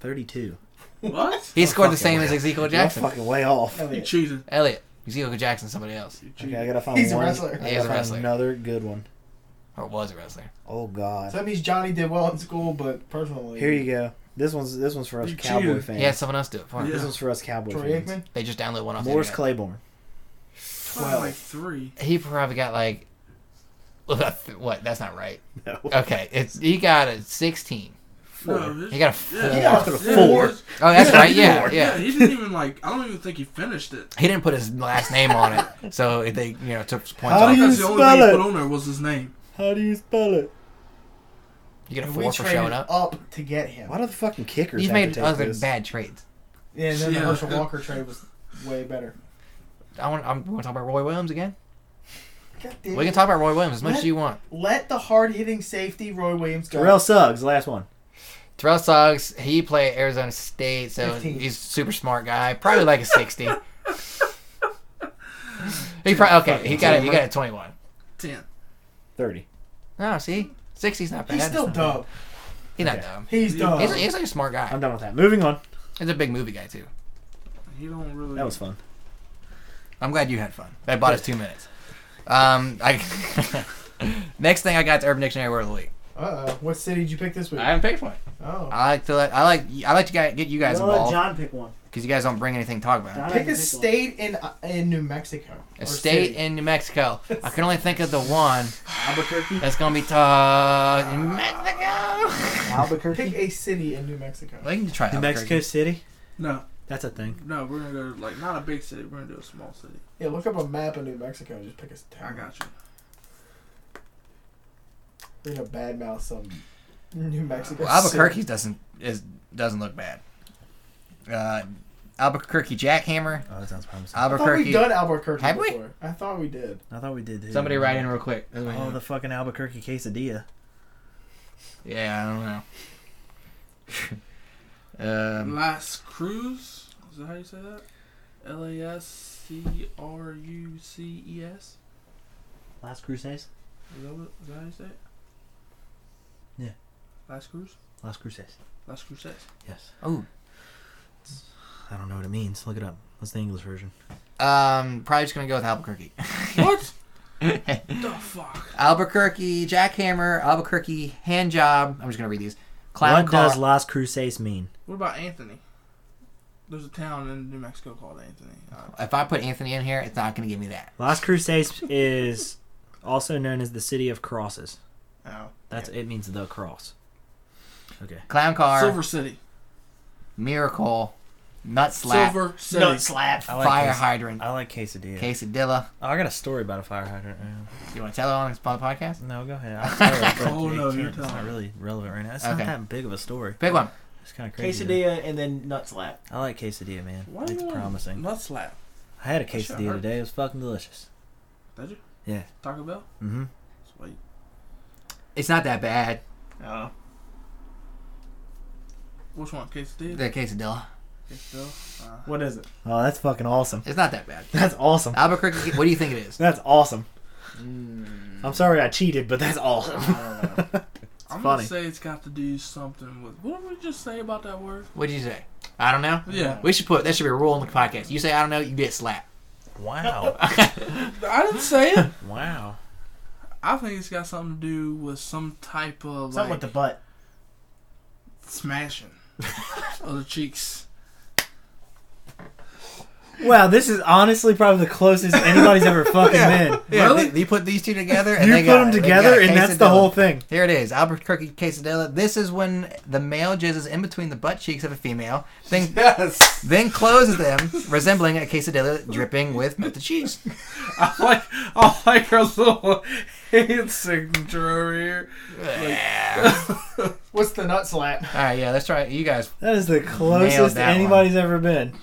Speaker 3: thirty-two.
Speaker 5: What?
Speaker 2: He scored the
Speaker 3: fucking
Speaker 2: same
Speaker 3: way
Speaker 2: as
Speaker 3: off.
Speaker 2: Ezekiel
Speaker 3: You're
Speaker 2: Jackson.
Speaker 3: fucking way off.
Speaker 5: You
Speaker 4: Elliot.
Speaker 5: cheating.
Speaker 2: Elliot, Ezekiel Jackson, somebody else,
Speaker 5: You cheating.
Speaker 3: Okay, I gotta find
Speaker 4: He's a
Speaker 3: one.
Speaker 4: wrestler.
Speaker 3: I
Speaker 2: He
Speaker 3: gotta
Speaker 2: is a
Speaker 3: find
Speaker 2: wrestler.
Speaker 3: another good one.
Speaker 2: or was a wrestler.
Speaker 3: Oh
Speaker 4: So
Speaker 3: god.
Speaker 4: that means Johnny did well in school, but personally.
Speaker 3: Here you go. This one's this one's for us
Speaker 5: You
Speaker 3: cowboy
Speaker 5: cheated.
Speaker 3: fans.
Speaker 2: He had someone else do it for him.
Speaker 3: This
Speaker 5: Yeah.
Speaker 3: one's for us cowboy
Speaker 4: Troy
Speaker 3: fans.
Speaker 4: Aikman,
Speaker 2: They just download one off the
Speaker 3: Morris
Speaker 2: internet.
Speaker 3: Claiborne.
Speaker 5: Probably like three.
Speaker 2: He probably got like, what? That's not right.
Speaker 3: No.
Speaker 2: Okay, it's he got a sixteen.
Speaker 5: No, this-
Speaker 2: He got a four.
Speaker 5: yeah,
Speaker 3: Four.
Speaker 5: yeah,
Speaker 3: Four.
Speaker 5: this-
Speaker 2: Oh, that's right. Yeah, yeah.
Speaker 5: Yeah, he didn't even like. I don't even think he finished it.
Speaker 2: He didn't put his last name on it, so they you know took points
Speaker 3: How
Speaker 2: off.
Speaker 3: do
Speaker 2: You,
Speaker 3: you-
Speaker 5: That's the only
Speaker 3: spell
Speaker 5: thing he
Speaker 3: it?
Speaker 5: put on there was his name.
Speaker 3: How do you spell it?
Speaker 2: get a
Speaker 4: and we
Speaker 2: four for showing
Speaker 4: traded
Speaker 2: up.
Speaker 4: up to get him.
Speaker 3: Why do the fucking kickers
Speaker 2: You've
Speaker 3: have
Speaker 2: made
Speaker 3: to take
Speaker 2: other
Speaker 3: this?
Speaker 2: bad trades.
Speaker 4: Yeah, and then
Speaker 5: Yeah.
Speaker 4: the Herschel Walker trade was way better.
Speaker 2: I want. I'm, we want to talk about Roy Williams again.
Speaker 4: God damn
Speaker 2: We can
Speaker 4: it.
Speaker 2: talk about Roy Williams as much as
Speaker 4: What?
Speaker 2: you want.
Speaker 4: Let the hard hitting safety Roy Williams go.
Speaker 3: Terrell Suggs, last one.
Speaker 2: Terrell Suggs, he played Arizona State, so
Speaker 4: 15.
Speaker 2: he's a super smart guy. Probably like a sixty. he probably okay. He got it. He got a twenty-one.
Speaker 5: Ten.
Speaker 3: Thirty.
Speaker 2: No, see, 60's not bad.
Speaker 4: He's still
Speaker 2: It's not bad.
Speaker 4: dumb.
Speaker 2: He's not
Speaker 3: Okay.
Speaker 2: dumb.
Speaker 4: He's
Speaker 5: Yeah.
Speaker 4: dumb.
Speaker 2: He's, he's like a smart guy.
Speaker 3: I'm done with that. Moving on.
Speaker 2: He's a big movie guy too.
Speaker 5: He don't really.
Speaker 3: That was fun.
Speaker 2: I'm glad you had fun. That bought us two minutes. Um, I next thing I got the Urban Dictionary word of the week.
Speaker 6: Uh oh. What city did you pick this week?
Speaker 2: I haven't paid for it.
Speaker 6: oh.
Speaker 2: I like to let I like I like to get get you guys
Speaker 4: We'll let
Speaker 2: involved
Speaker 4: John pick one.
Speaker 2: because you guys don't bring anything to talk about.
Speaker 4: John
Speaker 6: Pick a
Speaker 4: hasn't picked one.
Speaker 6: state in uh, in New Mexico.
Speaker 2: A
Speaker 6: Or
Speaker 2: state
Speaker 6: city.
Speaker 2: in New Mexico. I can only think of the one
Speaker 3: Albuquerque.
Speaker 2: that's gonna be tough. New Mexico.
Speaker 6: Pick
Speaker 3: Albuquerque.
Speaker 6: a city in New Mexico.
Speaker 2: Well, you can try
Speaker 3: New
Speaker 2: Albuquerque.
Speaker 3: Mexico City.
Speaker 5: No,
Speaker 3: That's a thing.
Speaker 5: no, we're gonna go to, like not a big city. We're gonna do a small city.
Speaker 6: Yeah, look up a map of New Mexico and just pick a
Speaker 5: I
Speaker 6: town.
Speaker 5: got you.
Speaker 6: We're gonna badmouth some New Mexico.
Speaker 2: Well, Albuquerque doesn't is doesn't look bad. Uh, Albuquerque jackhammer.
Speaker 3: Oh, that sounds promising.
Speaker 6: I thought
Speaker 2: Albuquerque.
Speaker 6: we've done Albuquerque
Speaker 2: Have we?
Speaker 6: before. I thought we did.
Speaker 3: I thought we did. Too.
Speaker 2: Somebody write in real quick.
Speaker 3: Oh, the fucking Albuquerque quesadilla.
Speaker 2: yeah, I don't know. um,
Speaker 5: Las Cruz. Is that how you say that? L A S C R U C E S.
Speaker 3: Last Crusades.
Speaker 5: Is that what? Is that how you say it?
Speaker 3: Yeah.
Speaker 5: Las Cruz.
Speaker 3: Last Crusades.
Speaker 5: Las Cruces.
Speaker 3: Yes.
Speaker 2: oh,
Speaker 3: I don't know what it means. Look it up. What's the English version?
Speaker 2: um, probably just gonna go with Albuquerque.
Speaker 5: What? the fuck?
Speaker 2: Albuquerque jackhammer. Albuquerque hand job. I'm just gonna read these. Clown
Speaker 3: what
Speaker 2: car.
Speaker 3: does Las Crusades mean?
Speaker 5: What about Anthony? There's a town in New Mexico called Anthony. Uh,
Speaker 2: if I put Anthony in here, it's not gonna give me that.
Speaker 3: Las Crusades is also known as the city of crosses.
Speaker 6: Oh.
Speaker 5: Uh,
Speaker 3: That's it means the cross. Okay.
Speaker 2: Clown
Speaker 3: Oh.
Speaker 2: car.
Speaker 5: Silver City.
Speaker 2: Miracle. Nut slap.
Speaker 5: Silver City.
Speaker 4: Nut slap.
Speaker 3: I
Speaker 2: fire
Speaker 3: quesad-
Speaker 2: hydrant.
Speaker 3: I like quesadilla.
Speaker 2: Quesadilla.
Speaker 3: oh, I got a story about a fire hydrant. Right
Speaker 2: You want to tell it on the podcast?
Speaker 3: now. No, go ahead. I'll tell it, but
Speaker 5: Oh,
Speaker 3: it
Speaker 5: no,
Speaker 3: can't-
Speaker 5: you're
Speaker 3: it's
Speaker 5: telling
Speaker 3: not
Speaker 5: me.
Speaker 3: really relevant right now. It's
Speaker 2: Okay.
Speaker 3: not that big of a story.
Speaker 2: Big one.
Speaker 3: It's kind of crazy. though.
Speaker 4: Quesadilla and then nut slap.
Speaker 3: I like quesadilla, man.
Speaker 5: Why do
Speaker 3: it's
Speaker 5: you want
Speaker 3: promising.
Speaker 5: Nut slap.
Speaker 3: I had a
Speaker 5: shit
Speaker 3: quesadilla
Speaker 5: hurt.
Speaker 3: today. It was fucking delicious.
Speaker 5: Did you?
Speaker 3: Yeah.
Speaker 5: Taco Bell.
Speaker 3: Mm-hmm.
Speaker 5: Sweet.
Speaker 2: It's not that bad.
Speaker 6: Oh.
Speaker 5: Which one? Quesadilla.
Speaker 2: The quesadilla.
Speaker 5: Quesadilla. Uh,
Speaker 4: What is it?
Speaker 3: Oh, that's fucking awesome.
Speaker 2: It's not that bad.
Speaker 3: That's awesome.
Speaker 2: Albuquerque. What do you think it is?
Speaker 3: That's awesome.
Speaker 4: Mm.
Speaker 3: I'm sorry I cheated, but that's awesome. funny.
Speaker 5: I'm gonna say it's got to do something with. What did we just say about that word?
Speaker 2: What did you say? I don't know.
Speaker 5: Yeah.
Speaker 2: We should put that should be a rule on the podcast. You say I don't know, you get slapped.
Speaker 3: wow.
Speaker 5: I didn't say it.
Speaker 3: wow.
Speaker 5: I think it's got something to do with some type of
Speaker 4: Something
Speaker 5: like
Speaker 4: with the butt.
Speaker 5: smashing of the cheeks.
Speaker 3: Wow, this is honestly probably the closest anybody's ever fucking been.
Speaker 2: Really? You put these two together, and
Speaker 3: You
Speaker 2: they
Speaker 3: put
Speaker 2: got-
Speaker 3: them
Speaker 2: they
Speaker 3: together,
Speaker 2: got
Speaker 3: and that's the
Speaker 2: quesadilla.
Speaker 3: whole thing.
Speaker 2: Here it is, Albuquerque quesadilla. This is when the male jizzes in between the butt cheeks of a female, then
Speaker 6: Yes.
Speaker 2: then closes them, resembling a quesadilla dripping with melted cheese.
Speaker 5: I like I like our little hand signature over here.
Speaker 6: What's the nut slap?
Speaker 2: All right, yeah, let's try it. You guys.
Speaker 3: That is the closest
Speaker 2: that one.
Speaker 3: anybody's ever been.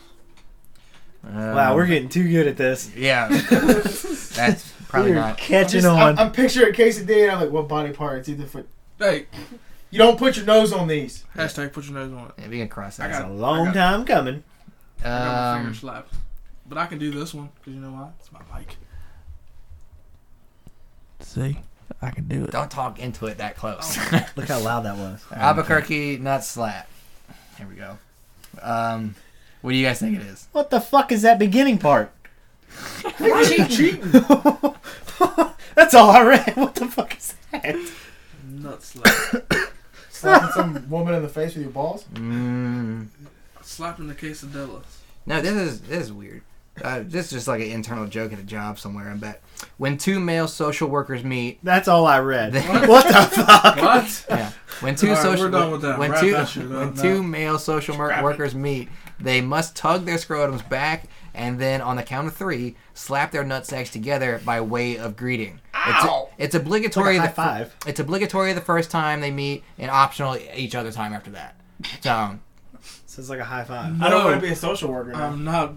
Speaker 2: um,
Speaker 3: Wow, we're getting too good at this.
Speaker 2: yeah. that's probably
Speaker 3: We're
Speaker 2: not.
Speaker 3: catching
Speaker 6: Just,
Speaker 3: on.
Speaker 6: I'm, I'm picturing quesadilla. And I'm like, what body part? It's either foot.
Speaker 5: Hey,
Speaker 6: You don't put your nose on these.
Speaker 5: hashtag put your nose on it.
Speaker 2: Yeah, we can cross
Speaker 5: I
Speaker 2: that.
Speaker 5: got-
Speaker 2: out.
Speaker 3: a long time coming.
Speaker 5: I got my
Speaker 2: Um,
Speaker 5: finger slapped, but I can do this one because you know why? It's my mic. See, I can do it.
Speaker 2: Don't talk into it that close.
Speaker 5: Oh,
Speaker 3: Look how loud that was.
Speaker 2: Albuquerque nut slap. Here we go. Um, what do you guys think it is?
Speaker 3: What the fuck is that beginning part?
Speaker 6: Why is he cheating?
Speaker 3: That's all I read. What the fuck is that?
Speaker 5: Nut slap.
Speaker 6: Slapping some woman in the face with your balls?
Speaker 2: Mm,
Speaker 5: Slapping the quesadilla.
Speaker 2: no, this is this is weird. Uh, this is just like an internal joke at a job somewhere. I bet. When two male social workers meet,
Speaker 3: That's all I read.
Speaker 2: What?
Speaker 3: what the fuck?
Speaker 5: What?
Speaker 2: yeah. When two
Speaker 5: All right,
Speaker 2: social
Speaker 5: we're done with that.
Speaker 2: when
Speaker 5: Wrap
Speaker 2: two
Speaker 5: that shit up
Speaker 2: when
Speaker 5: now.
Speaker 2: two male social mer-
Speaker 5: Scrap it.
Speaker 2: workers meet, they must tug their scrotums back and then on the count of three, slap their nutsacks together by way of greeting. Ow! It's, it's obligatory.
Speaker 3: Like a
Speaker 2: the
Speaker 3: high five.
Speaker 2: It's obligatory the first time they meet, and optional each other time after that. So
Speaker 3: So it's like a high five.
Speaker 4: I don't
Speaker 5: No.
Speaker 4: want to be a social worker. now.
Speaker 2: Um,
Speaker 5: I'm not.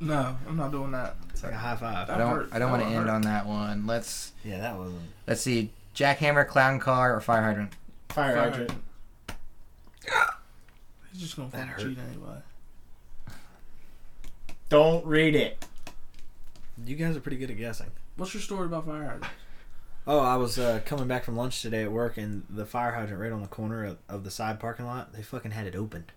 Speaker 5: No, I'm not doing that.
Speaker 3: It's like a high five.
Speaker 2: I
Speaker 5: That
Speaker 2: don't
Speaker 5: hurt.
Speaker 2: I don't
Speaker 5: That
Speaker 2: want to
Speaker 5: one
Speaker 2: end
Speaker 5: hurt.
Speaker 2: on that one. Let's
Speaker 3: Yeah, that wasn't.
Speaker 2: let's see. Jackhammer, clown car, or fire hydrant.
Speaker 6: Fire
Speaker 5: Fire
Speaker 6: hydrant.
Speaker 5: He's just gonna
Speaker 3: That
Speaker 5: fucking cheat anyway.
Speaker 4: Don't read it.
Speaker 3: You guys are pretty good at guessing.
Speaker 5: What's your story about fire hydrant?
Speaker 3: Oh, I was uh, coming back from lunch today at work, and the fire hydrant right on the corner of, of the side parking lot, they fucking had it opened.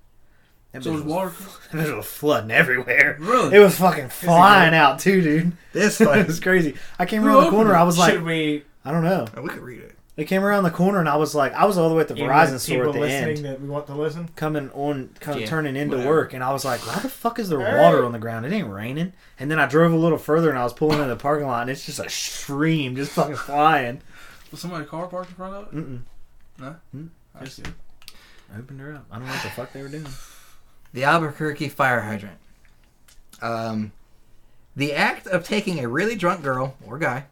Speaker 3: That
Speaker 5: So
Speaker 3: bitch
Speaker 5: it was water.
Speaker 3: that bitch was flooding everywhere.
Speaker 5: Really?
Speaker 3: It was fucking flying out too, dude.
Speaker 2: This
Speaker 3: it
Speaker 2: fucking.
Speaker 3: was crazy. I came
Speaker 5: Who
Speaker 3: around the
Speaker 5: opened
Speaker 3: corner.
Speaker 5: it?
Speaker 3: I was like,
Speaker 4: Should we?
Speaker 3: I don't know.
Speaker 2: Oh, we could read it.
Speaker 3: It came around the corner, and I was like, I was all the way at the
Speaker 6: Even
Speaker 3: Verizon
Speaker 6: if
Speaker 3: store at
Speaker 6: people
Speaker 3: the
Speaker 6: listening
Speaker 3: end,
Speaker 6: That we want to listen.
Speaker 3: coming on, kind
Speaker 2: Yeah,
Speaker 3: of turning into
Speaker 2: whatever.
Speaker 3: work, and I was like, why the fuck is there
Speaker 6: Hey.
Speaker 3: water on the ground? It ain't raining. And then I drove a little further, and I was pulling into the parking lot, and it's just a stream just fucking flying.
Speaker 5: Was somebody car parked in front of it?
Speaker 3: Mm-mm.
Speaker 5: I see.
Speaker 3: Opened her up. I don't know what the fuck they were doing.
Speaker 2: The Albuquerque fire hydrant. Um, the act of taking a really drunk girl or guy,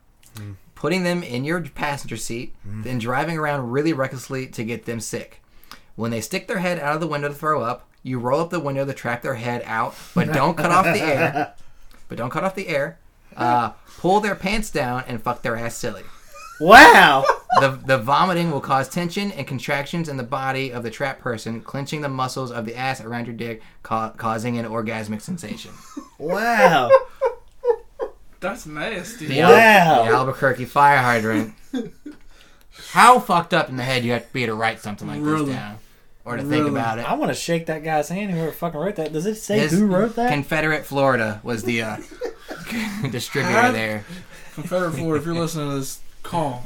Speaker 2: putting them in your passenger seat, then driving around really recklessly to get them sick. When they stick their head out of the window to throw up, you roll up the window to trap their head out, but don't cut off the air. But don't cut off the air. Uh, pull their pants down and fuck their ass silly.
Speaker 3: Wow.
Speaker 2: The, the vomiting will cause tension and contractions in the body of the trapped person, clenching the muscles of the ass around your dick, ca- causing an orgasmic sensation.
Speaker 3: wow.
Speaker 5: That's nasty.
Speaker 2: The, Al-
Speaker 3: Wow.
Speaker 2: the Albuquerque fire hydrant. How fucked up in the head you have to be to write something like
Speaker 5: Really?
Speaker 2: this down, or to think
Speaker 5: Really?
Speaker 2: about it.
Speaker 3: I want to shake that guy's hand. Whoever fucking wrote that. Does it say
Speaker 2: This-
Speaker 3: who wrote that?
Speaker 2: Confederate Florida was the uh, distributor
Speaker 5: Huh?
Speaker 2: there.
Speaker 5: Confederate Ford, if you're listening to this, call.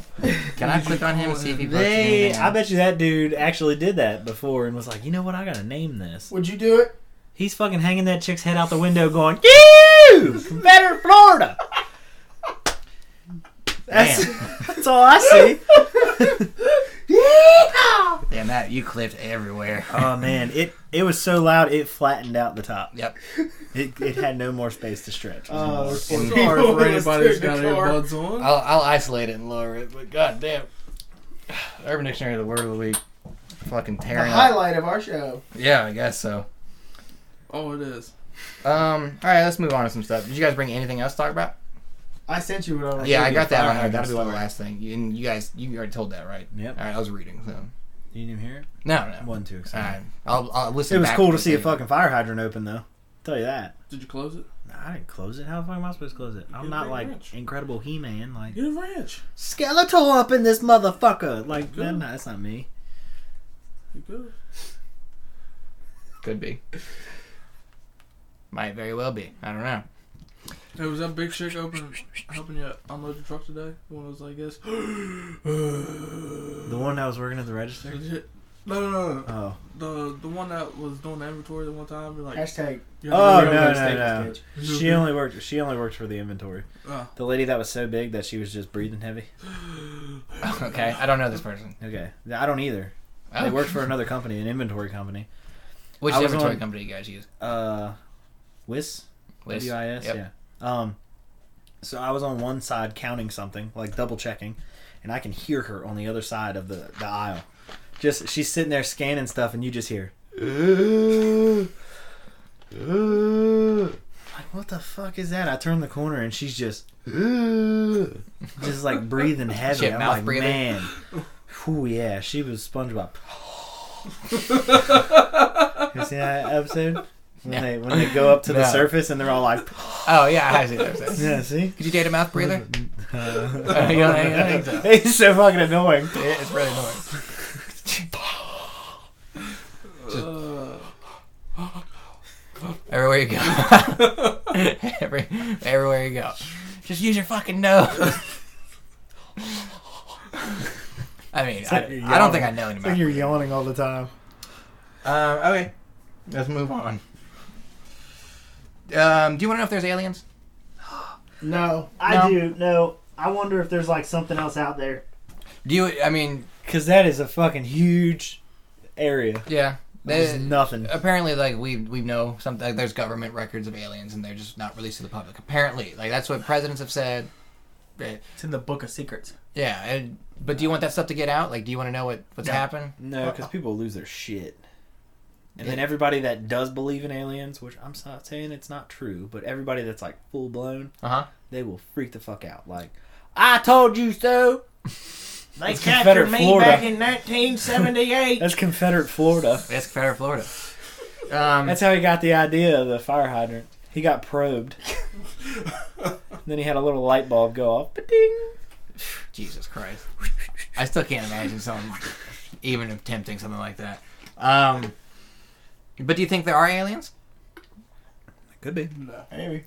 Speaker 2: Can I click on him and see if he puts
Speaker 3: They,
Speaker 2: anything?
Speaker 3: I bet you that dude actually did that before and was like, you know what? I gotta name this.
Speaker 6: Would you do it?
Speaker 3: He's fucking hanging that chick's head out the window, going, "You, better Florida." That's,
Speaker 2: Damn,
Speaker 3: that's all I see.
Speaker 2: damn that you clipped everywhere.
Speaker 3: Oh man, it it was so loud it flattened out the top.
Speaker 2: Yep.
Speaker 3: It, it had no more space to stretch.
Speaker 6: Uh,
Speaker 5: Sorry for anybody who's got
Speaker 6: car.
Speaker 5: earbuds on.
Speaker 2: I'll, I'll isolate it and lower it, but goddamn. Urban Dictionary, the word of the week. Fucking
Speaker 6: The
Speaker 2: tearing up.
Speaker 6: highlight of our show.
Speaker 2: Yeah, I guess so.
Speaker 5: Oh, it is.
Speaker 2: Um, all right, let's move on to some stuff. Did you guys bring anything else to talk about?
Speaker 6: I sent you what I was.
Speaker 2: yeah, I
Speaker 6: thinking.
Speaker 2: got that
Speaker 6: Fire
Speaker 2: one. That'll be
Speaker 6: hydrant
Speaker 2: one of the
Speaker 6: story.
Speaker 2: last thing. You, and you guys, you already told that, right?
Speaker 3: Yep.
Speaker 2: All right, I was reading, so.
Speaker 3: You didn't even hear it.
Speaker 2: No, no. All
Speaker 3: One too
Speaker 2: right.
Speaker 3: excited.
Speaker 2: I'll, I'll listen
Speaker 3: It was
Speaker 2: back
Speaker 3: cool
Speaker 2: when
Speaker 3: to
Speaker 2: I
Speaker 3: see a
Speaker 2: it.
Speaker 3: fucking fire hydrant open though. tell you that.
Speaker 5: Did you close it?
Speaker 3: Nah, I didn't close it. How the fuck am I supposed to close it? I'm
Speaker 5: You're
Speaker 3: not
Speaker 5: very
Speaker 3: like
Speaker 5: rich.
Speaker 3: incredible He-Man. Like
Speaker 5: Get a ranch.
Speaker 3: Skeletor up in this motherfucker. Like
Speaker 5: Good.
Speaker 3: that, nah, that's not me.
Speaker 5: You good?
Speaker 2: Could be. Might very well be. I don't know.
Speaker 5: Hey, was that big chick open helping you unload your truck today? The one that was like this. no,
Speaker 3: The one that was working at the register.
Speaker 5: no, no, no.
Speaker 3: Oh.
Speaker 5: The the one that was doing the inventory the one time. You're like,
Speaker 6: Hashtag.
Speaker 5: you're
Speaker 3: Oh
Speaker 5: like,
Speaker 3: no
Speaker 6: Real
Speaker 3: no
Speaker 6: estate
Speaker 3: no!
Speaker 6: mistake.
Speaker 3: She only worked. She only worked for the inventory.
Speaker 5: Oh.
Speaker 3: The lady that was so big that she was just breathing heavy.
Speaker 2: okay, I don't know this person. Oh.
Speaker 3: Okay, I don't either.
Speaker 5: Oh.
Speaker 3: They worked for another company, an inventory company.
Speaker 2: Which
Speaker 3: I was
Speaker 2: inventory
Speaker 3: on-
Speaker 2: company you guys use?
Speaker 3: Uh, Wis
Speaker 2: Wiz?
Speaker 3: W I S.
Speaker 2: Yep.
Speaker 3: Yeah. Um, so I was on one side counting something, like double checking, and I can hear her on the other side of the, the aisle. Just she's sitting there scanning stuff, and you just hear. like what the fuck is that? I turn the corner and she's just just like breathing heavy.
Speaker 2: Shit,
Speaker 3: I'm
Speaker 2: mouth
Speaker 3: like,
Speaker 2: breathing.
Speaker 3: man, whew, yeah, she was SpongeBob. you see that episode when
Speaker 2: No.
Speaker 3: they when they go up to the
Speaker 2: No.
Speaker 3: surface and they're all like,
Speaker 2: Oh, yeah, I see what you're saying.
Speaker 3: yeah, see.
Speaker 2: Could you date a mouth breather?
Speaker 3: Uh,
Speaker 2: Uh, you don't think- you don't think so?
Speaker 3: it's so fucking annoying.
Speaker 2: It- It's really annoying.
Speaker 5: Uh,
Speaker 2: Everywhere you go. Every, everywhere you go. Just use your fucking nose. I mean,
Speaker 3: like
Speaker 2: I, I
Speaker 3: you're
Speaker 2: don't
Speaker 3: yelling.
Speaker 2: think I know
Speaker 6: I think
Speaker 2: anybody.
Speaker 6: you're yawning all the time.
Speaker 2: Um, okay. Let's move on. Um, do you want to know if there's aliens?
Speaker 6: No.
Speaker 2: No.
Speaker 3: do. No, I wonder if there's like something else out there.
Speaker 2: Do you, I mean,
Speaker 3: Cause that is a fucking huge area.
Speaker 2: yeah.
Speaker 3: There's
Speaker 2: They-
Speaker 3: nothing.
Speaker 2: apparently, like, we we know something. Like, there's government records of aliens, and they're just not released to the public. Apparently. Like, that's what presidents have said. Uh,
Speaker 4: It's in the book of secrets.
Speaker 2: Yeah. And, but do you want that stuff to get out? Like, do you want to know what, what's
Speaker 4: No.
Speaker 2: happened?
Speaker 3: No, because people lose their shit. And then everybody that does believe in aliens, which I'm not saying it's not true, but everybody that's like full blown,
Speaker 2: Uh huh.
Speaker 3: they will freak the fuck out. Like, I told you so.
Speaker 4: They
Speaker 3: It's Confederate
Speaker 4: captured me
Speaker 3: Florida.
Speaker 4: back in 1978.
Speaker 3: That's Confederate Florida.
Speaker 2: That's Confederate Florida. Um,
Speaker 3: That's how he got the idea of the fire hydrant. He got probed. then he had a little light bulb go off. Ba-ding.
Speaker 2: Jesus Christ. I still can't imagine someone even attempting something like that. Um, But do you think there are aliens?
Speaker 3: Could be.
Speaker 5: No.
Speaker 6: Maybe.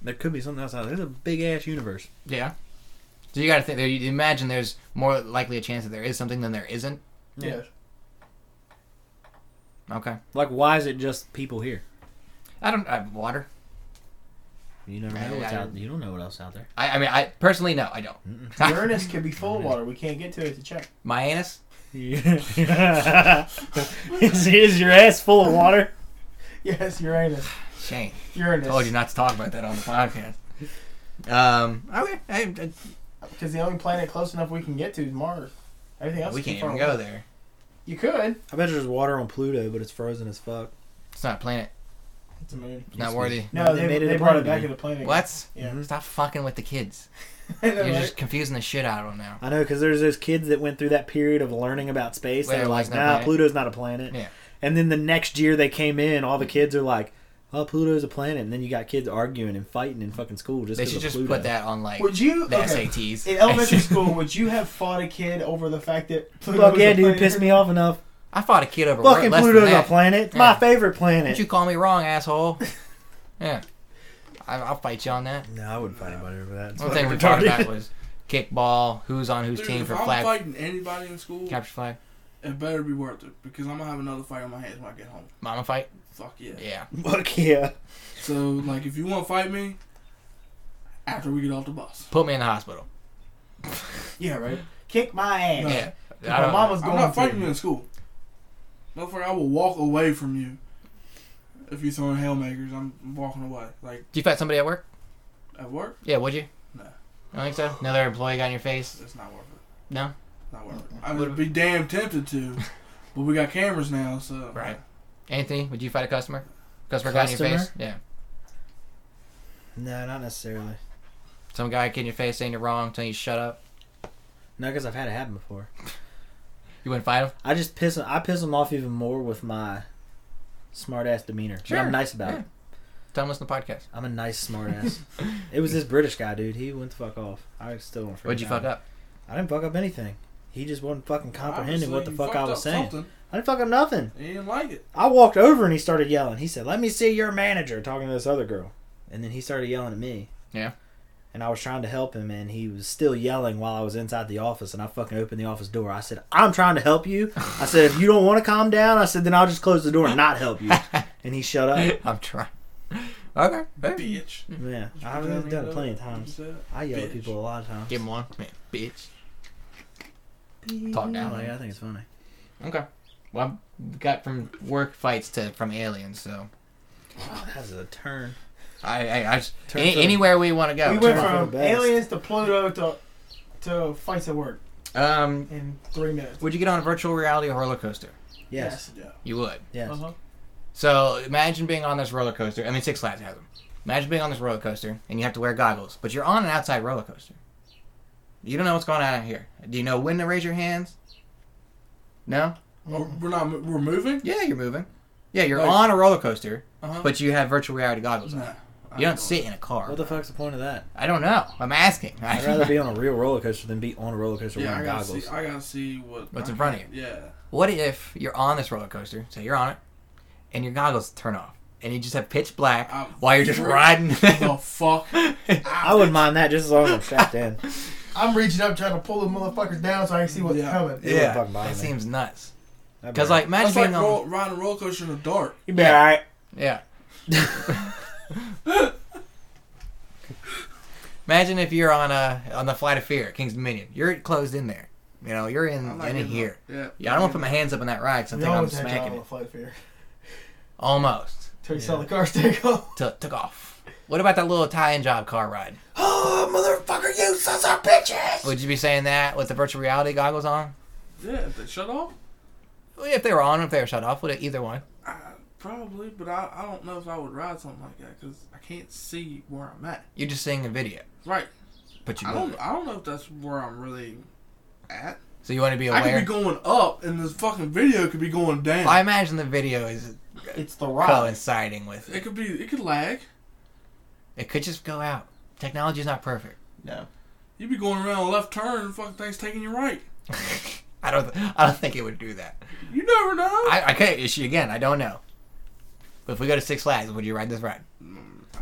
Speaker 3: There could be something else out there. There's a big ass universe.
Speaker 2: Yeah. So you got to think. There, you imagine there's more likely a chance that there is something than there isn't.
Speaker 6: Yeah.
Speaker 2: Okay.
Speaker 3: Like, why is it just people here?
Speaker 2: I don't. Uh, water.
Speaker 3: You never know
Speaker 2: I-
Speaker 3: what's
Speaker 2: I-
Speaker 3: out. You don't know what else out there.
Speaker 2: I, I mean, I personally no, I don't.
Speaker 6: Uranus could be full of water. We can't get to it to check.
Speaker 2: My anus.
Speaker 3: is, is your ass full of water?
Speaker 6: Yes, Uranus.
Speaker 2: Shane.
Speaker 6: Uranus.
Speaker 2: Told you not to talk about that on the podcast. Um. Okay. I,
Speaker 6: Because the only planet close enough we can get to is Mars. Everything
Speaker 2: I,
Speaker 6: else
Speaker 2: we
Speaker 6: is too
Speaker 2: can't
Speaker 6: far
Speaker 2: even
Speaker 6: away.
Speaker 2: go there.
Speaker 6: You could.
Speaker 3: I bet there's water on Pluto, but it's frozen as fuck.
Speaker 2: It's not a planet.
Speaker 6: It's a moon.
Speaker 2: It's not worthy.
Speaker 6: No, they, they, brought it back to
Speaker 3: in
Speaker 6: the planet.
Speaker 2: What?
Speaker 6: Yeah.
Speaker 2: Stop fucking with the kids.
Speaker 6: I know,
Speaker 2: You're
Speaker 6: right?
Speaker 2: just confusing the shit out of them now.
Speaker 3: I know, because there's those kids that went through that period of learning about space.
Speaker 2: Where
Speaker 3: They're
Speaker 2: it
Speaker 3: like,
Speaker 2: wasn't a
Speaker 3: nah,
Speaker 2: planet."
Speaker 3: Pluto's not a planet.
Speaker 2: Yeah.
Speaker 3: And then the next year they came in, all the kids are like, oh, Pluto's a planet. And then you got kids arguing and fighting in fucking school just
Speaker 2: They
Speaker 3: 'cause
Speaker 2: should
Speaker 3: of
Speaker 2: just
Speaker 3: Pluto.
Speaker 2: put that on like
Speaker 6: Would you?
Speaker 2: the
Speaker 6: okay.
Speaker 2: SATs.
Speaker 6: In elementary school, would you have fought a kid over the fact that Pluto
Speaker 3: Fuck
Speaker 6: was
Speaker 3: yeah,
Speaker 6: a
Speaker 3: dude,
Speaker 6: planet?
Speaker 3: pissed me off enough.
Speaker 2: I fought a kid over
Speaker 3: Fucking
Speaker 2: less
Speaker 3: Pluto's
Speaker 2: than
Speaker 3: a
Speaker 2: that.
Speaker 3: planet. It's
Speaker 2: Yeah.
Speaker 3: my favorite planet.
Speaker 2: Did you call me wrong, asshole? yeah, I, I'll fight you on that.
Speaker 3: No, I wouldn't fight anybody over that. It's
Speaker 2: One thing we
Speaker 3: fucking
Speaker 2: talked
Speaker 3: retarded.
Speaker 2: about was kickball, who's on whose
Speaker 5: Dude,
Speaker 2: team
Speaker 5: if
Speaker 2: for
Speaker 5: I'm
Speaker 2: flag
Speaker 5: fighting anybody in school,
Speaker 2: capture flag.
Speaker 5: it better be worth it because I'm gonna have another fight on my hands when I get home.
Speaker 2: Mama fight.
Speaker 5: Fuck yeah.
Speaker 2: Yeah,
Speaker 3: Fuck yeah.
Speaker 5: So like, if you want to fight me, after we get off the bus.
Speaker 2: put me in the hospital.
Speaker 6: Yeah, right. Kick my
Speaker 5: No.
Speaker 6: ass.
Speaker 2: Yeah, I
Speaker 6: My
Speaker 2: don't-
Speaker 6: mom was
Speaker 5: I'm
Speaker 6: going
Speaker 5: not
Speaker 6: to.
Speaker 5: fighting you in school. Motherfucker, I will walk away from you. If you're throwing hailmakers, I'm walking away. Like
Speaker 2: Did you fight somebody at work?
Speaker 5: at work,
Speaker 2: Yeah, would you?
Speaker 5: No.
Speaker 2: I think so. Another employee got in your face.
Speaker 5: it's not worth it.
Speaker 2: No.
Speaker 5: Not worth it. I would be damn tempted to, but we got cameras now, so
Speaker 2: Right. Anthony, would you fight a customer? Customer, got in your face. Yeah.
Speaker 3: No, not necessarily.
Speaker 2: Some guy kid in your face saying you're wrong, telling you to shut up.
Speaker 3: No, because I've had it happen before.
Speaker 2: You wouldn't fight him.
Speaker 3: I just piss. I piss them off even more with my smart ass demeanor. But
Speaker 2: Sure,
Speaker 3: I'm nice about
Speaker 2: yeah.
Speaker 3: it.
Speaker 2: Tell him listen to the podcast.
Speaker 3: I'm a nice smart ass. it was this British guy, dude. He went the fuck off. I still don't.
Speaker 2: What'd you fuck up?
Speaker 3: I didn't fuck up anything. He just wasn't fucking comprehending what the
Speaker 5: Obviously, you
Speaker 3: fuck I
Speaker 5: fucked
Speaker 3: was
Speaker 5: up
Speaker 3: saying.
Speaker 5: something.
Speaker 3: I didn't fuck up nothing.
Speaker 5: He didn't like it.
Speaker 3: I walked over and he started yelling. He said, "Let me see your manager," talking to this other girl, and then he started yelling at me.
Speaker 2: Yeah.
Speaker 3: And I was trying to help him, and he was still yelling while I was inside the office. And I fucking opened the office door. I said, "I'm trying to help you." I said, "If you don't want to calm down," I said, "Then I'll just close the door and not help you." and he shut up.
Speaker 2: I'm trying. Okay. hey.
Speaker 5: Bitch.
Speaker 3: Yeah, I've
Speaker 5: Pretend
Speaker 3: done
Speaker 5: you
Speaker 3: it plenty of
Speaker 5: know what you
Speaker 3: times.
Speaker 5: said.
Speaker 3: I yell
Speaker 5: Bitch.
Speaker 3: at people a lot of times.
Speaker 2: Give him one, man, bitch. Talk down.
Speaker 3: Like, I think it's funny.
Speaker 2: Okay. Well, I got from work fights to from aliens, so
Speaker 3: That's a turn.
Speaker 2: I, I, I just,
Speaker 3: Turn
Speaker 2: any,
Speaker 3: for-
Speaker 2: anywhere we want to go.
Speaker 6: We went
Speaker 3: Turn for the
Speaker 6: from
Speaker 3: best.
Speaker 6: aliens to Pluto to to fights at work
Speaker 2: um,
Speaker 6: in three minutes.
Speaker 2: would you get on a virtual reality roller coaster?
Speaker 3: Yes.
Speaker 5: Yeah.
Speaker 2: You would.
Speaker 3: Yes.
Speaker 6: Uh-huh.
Speaker 2: So imagine being on this roller coaster. I mean, Six Flags has them. Imagine being on this roller coaster and you have to wear goggles, but you're on an outside roller coaster. You don't know what's going on out here. Do you know when to raise your hands? No.
Speaker 5: Oh, We're not. We're moving.
Speaker 2: Yeah, you're moving. Yeah, you're
Speaker 5: Like-
Speaker 2: on a roller coaster,
Speaker 5: Uh-huh.
Speaker 2: but you have virtual reality goggles on.
Speaker 5: Nah, I
Speaker 2: You don't sit in a car.
Speaker 3: What the fuck's the point of that?
Speaker 2: I don't know. I'm asking.
Speaker 3: I'd rather be on a real roller coaster than be on a roller coaster
Speaker 5: Yeah, I
Speaker 3: wearing
Speaker 5: gotta
Speaker 3: goggles.
Speaker 5: see. I gotta see what.
Speaker 2: What's
Speaker 5: I
Speaker 2: in front of
Speaker 5: can't- Yeah.
Speaker 2: What if you're on this roller coaster, so you're on it, and your goggles turn off, and you just have pitch black
Speaker 5: I'm
Speaker 2: while you're just
Speaker 5: freaked
Speaker 2: riding?
Speaker 5: the fuck?
Speaker 3: I wouldn't mind that just as long as I'm strapped in.
Speaker 6: I'm reaching up trying to pull the motherfuckers down so I can see what's
Speaker 5: Yeah.
Speaker 6: coming.
Speaker 2: yeah,
Speaker 3: fucking bother
Speaker 2: that
Speaker 3: me.
Speaker 2: seems nuts.
Speaker 3: That'd be
Speaker 2: Because
Speaker 3: all right.
Speaker 2: like, imagine
Speaker 5: That's like
Speaker 2: being on.
Speaker 5: roll, riding a roller coaster in the dark.
Speaker 3: you be alright.
Speaker 2: Yeah. imagine if you're on a on the flight of fear, at King's Dominion. You're closed in there. You know, you're in
Speaker 5: I'm not
Speaker 2: in
Speaker 5: giving
Speaker 2: here.
Speaker 5: up. Yeah.
Speaker 2: Yeah, I don't want to put my hands up in that ride. 'cause I
Speaker 6: We
Speaker 2: think I'm
Speaker 6: always had
Speaker 2: smacking
Speaker 6: y'all on
Speaker 2: it.
Speaker 6: the flight fear.
Speaker 2: Almost.
Speaker 6: Till you saw the cars take off.
Speaker 2: T- took off. What about that little Italian job car ride?
Speaker 5: Oh, motherfucker, you sons of bitches!
Speaker 2: Would you be saying that with the virtual reality goggles on?
Speaker 5: Yeah, if they shut off,
Speaker 2: Well, If they were on, if they were shut off, would it either one?
Speaker 5: I, probably, but I, I don't know if I would ride something like that because I can't see where I'm at.
Speaker 2: You're just seeing a video,
Speaker 5: Right.
Speaker 2: but you
Speaker 5: I
Speaker 2: don't.
Speaker 5: don't I don't know if that's where I'm really at.
Speaker 2: So you want to be
Speaker 5: I could
Speaker 2: aware.
Speaker 5: be going up, and this fucking video could be going down.
Speaker 2: I imagine the video is
Speaker 6: It's the ride.
Speaker 2: coinciding with
Speaker 5: it
Speaker 2: it.
Speaker 5: could be. It could lag.
Speaker 2: It could just go out. Technology is not perfect.
Speaker 6: No.
Speaker 5: You'd be going around a left turn, and fucking things taking you right.
Speaker 2: I don't. I don't think it would do that.
Speaker 5: You never know.
Speaker 2: I, I could issue again. I don't know. But if we go to Six Flags, would you ride this ride?
Speaker 5: Mm, I,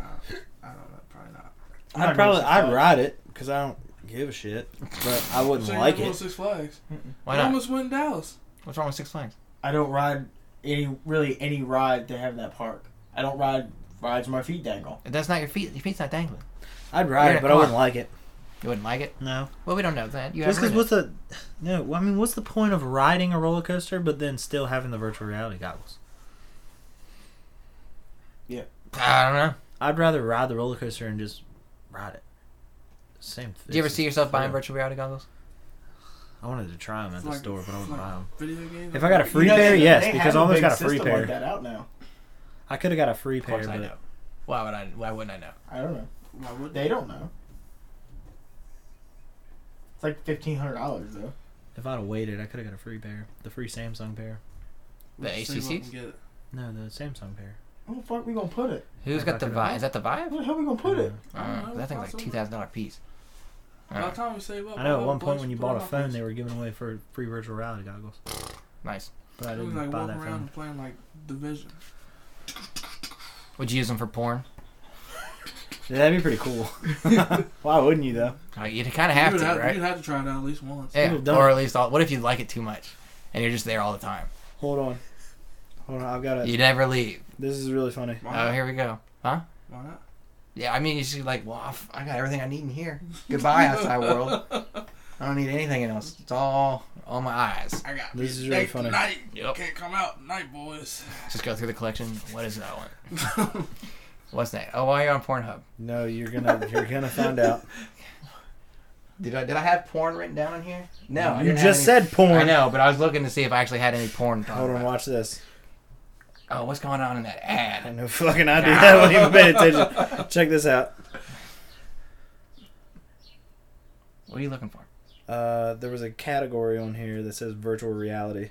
Speaker 5: I don't know. Probably not.
Speaker 4: not
Speaker 3: I'd
Speaker 4: going
Speaker 3: probably
Speaker 4: Six
Speaker 3: I'd
Speaker 4: Flags.
Speaker 3: ride it because I don't give a shit, but I wouldn't
Speaker 5: So
Speaker 3: like
Speaker 5: you're going
Speaker 3: it.
Speaker 5: Six Flags.
Speaker 2: Why
Speaker 5: I
Speaker 2: not?
Speaker 5: almost went in Dallas.
Speaker 2: What's wrong with Six Flags?
Speaker 4: I don't ride any really any ride to have in that park. I don't ride rides where my feet dangle.
Speaker 2: That's not your feet. Your feet's not dangling.
Speaker 3: I'd ride
Speaker 2: Yeah,
Speaker 3: it, but I
Speaker 2: come
Speaker 3: wouldn't
Speaker 2: on.
Speaker 3: like it.
Speaker 2: You wouldn't like it.
Speaker 3: No,
Speaker 2: Well, we don't know that. You
Speaker 3: just because
Speaker 2: haven't
Speaker 3: what's the no? I mean, what's the point of riding a roller coaster but then still having the virtual reality goggles?
Speaker 2: ridden it. I don't know.
Speaker 3: I'd rather ride the roller coaster and just ride it. Same.
Speaker 2: Do you ever
Speaker 3: it's
Speaker 2: see yourself buying
Speaker 3: fair.
Speaker 2: virtual reality goggles?
Speaker 3: I wanted to try them at
Speaker 5: It's
Speaker 3: the
Speaker 5: like-
Speaker 3: store, but I wouldn't
Speaker 5: it's like
Speaker 3: buy them.
Speaker 5: Video games.
Speaker 3: If I got a
Speaker 5: You
Speaker 3: free
Speaker 5: know,
Speaker 3: pair,
Speaker 4: they-
Speaker 3: yes,
Speaker 4: they
Speaker 3: because
Speaker 4: have
Speaker 3: I almost
Speaker 4: big
Speaker 3: got a free
Speaker 4: system
Speaker 3: pair.
Speaker 4: Like that out now.
Speaker 3: I could have got a free pair,
Speaker 2: course I know.
Speaker 3: but
Speaker 2: Why would I? Why wouldn't I know?
Speaker 4: I don't know.
Speaker 5: Why would
Speaker 4: They don't know. It's like fifteen hundred dollars though.
Speaker 3: if I'd have waited, I could have got a free pair. The free Samsung pair.
Speaker 5: We'll
Speaker 2: The
Speaker 5: just save up
Speaker 2: ACCs?
Speaker 5: and get it.
Speaker 3: No, the Samsung pair.
Speaker 4: Where the fuck we gonna put it?
Speaker 2: Who's
Speaker 3: I
Speaker 2: got the
Speaker 3: fucking don't
Speaker 2: vibe? Is that the vibe?
Speaker 4: Where the hell we gonna put it?
Speaker 5: I
Speaker 2: Uh,
Speaker 5: don't know,
Speaker 2: that thing's like
Speaker 5: possibly.
Speaker 2: two thousand dollar piece.
Speaker 5: By
Speaker 2: Uh,
Speaker 5: the time we save up,
Speaker 3: I know
Speaker 5: I'll
Speaker 3: at
Speaker 5: have
Speaker 3: one point
Speaker 5: bunch
Speaker 3: when you
Speaker 5: to put on
Speaker 3: bought a
Speaker 5: my
Speaker 3: phone,
Speaker 5: face.
Speaker 3: they were giving away for free virtual reality goggles,
Speaker 2: nice.
Speaker 3: but I
Speaker 5: It was
Speaker 3: didn't
Speaker 5: like
Speaker 3: buy
Speaker 5: walking
Speaker 3: that
Speaker 5: around
Speaker 3: phone.
Speaker 5: and playing like Division.
Speaker 2: Would you use them for porn?
Speaker 3: Yeah, that'd be pretty cool. Why wouldn't you though?
Speaker 2: Uh, you'd kind of
Speaker 5: You
Speaker 2: have
Speaker 5: would
Speaker 2: to,
Speaker 5: have,
Speaker 2: right?
Speaker 5: You'd have to try it out at least once.
Speaker 2: Yeah.
Speaker 3: People don't.
Speaker 2: Or at least, all, what if you like it too much, and you're just there all the time?
Speaker 3: Hold on, hold on. I've got it.
Speaker 2: You never leave.
Speaker 3: This is really funny.
Speaker 5: Why
Speaker 2: Oh,
Speaker 5: not?
Speaker 2: here we go. Huh?
Speaker 5: Why not?
Speaker 2: Yeah, I mean, you should like, well, I f- I got everything I need in here. Goodbye, outside world. I don't need anything else. It's all on my eyes.
Speaker 5: I got
Speaker 3: This is
Speaker 5: big
Speaker 3: really
Speaker 5: dick
Speaker 3: funny.
Speaker 5: Tonight.
Speaker 2: Yep.
Speaker 5: Can't come out night, boys.
Speaker 2: Just go through the collection. What is that one? What's that? Oh, while you're on Pornhub.
Speaker 3: No, you're gonna you're gonna find out.
Speaker 2: Did I did I have porn written down in here? No, I
Speaker 3: you
Speaker 2: didn't have
Speaker 3: just
Speaker 2: any-
Speaker 3: said porn.
Speaker 2: I know, but I was looking to see if I actually had any porn. to talk
Speaker 3: Hold on,
Speaker 2: about.
Speaker 3: watch this.
Speaker 2: Oh, what's going on in that
Speaker 3: I
Speaker 2: ad?
Speaker 3: had no fucking idea. I wasn't even paying attention. Check this out.
Speaker 2: What are you looking for?
Speaker 3: Uh, there was a category on here that says virtual reality.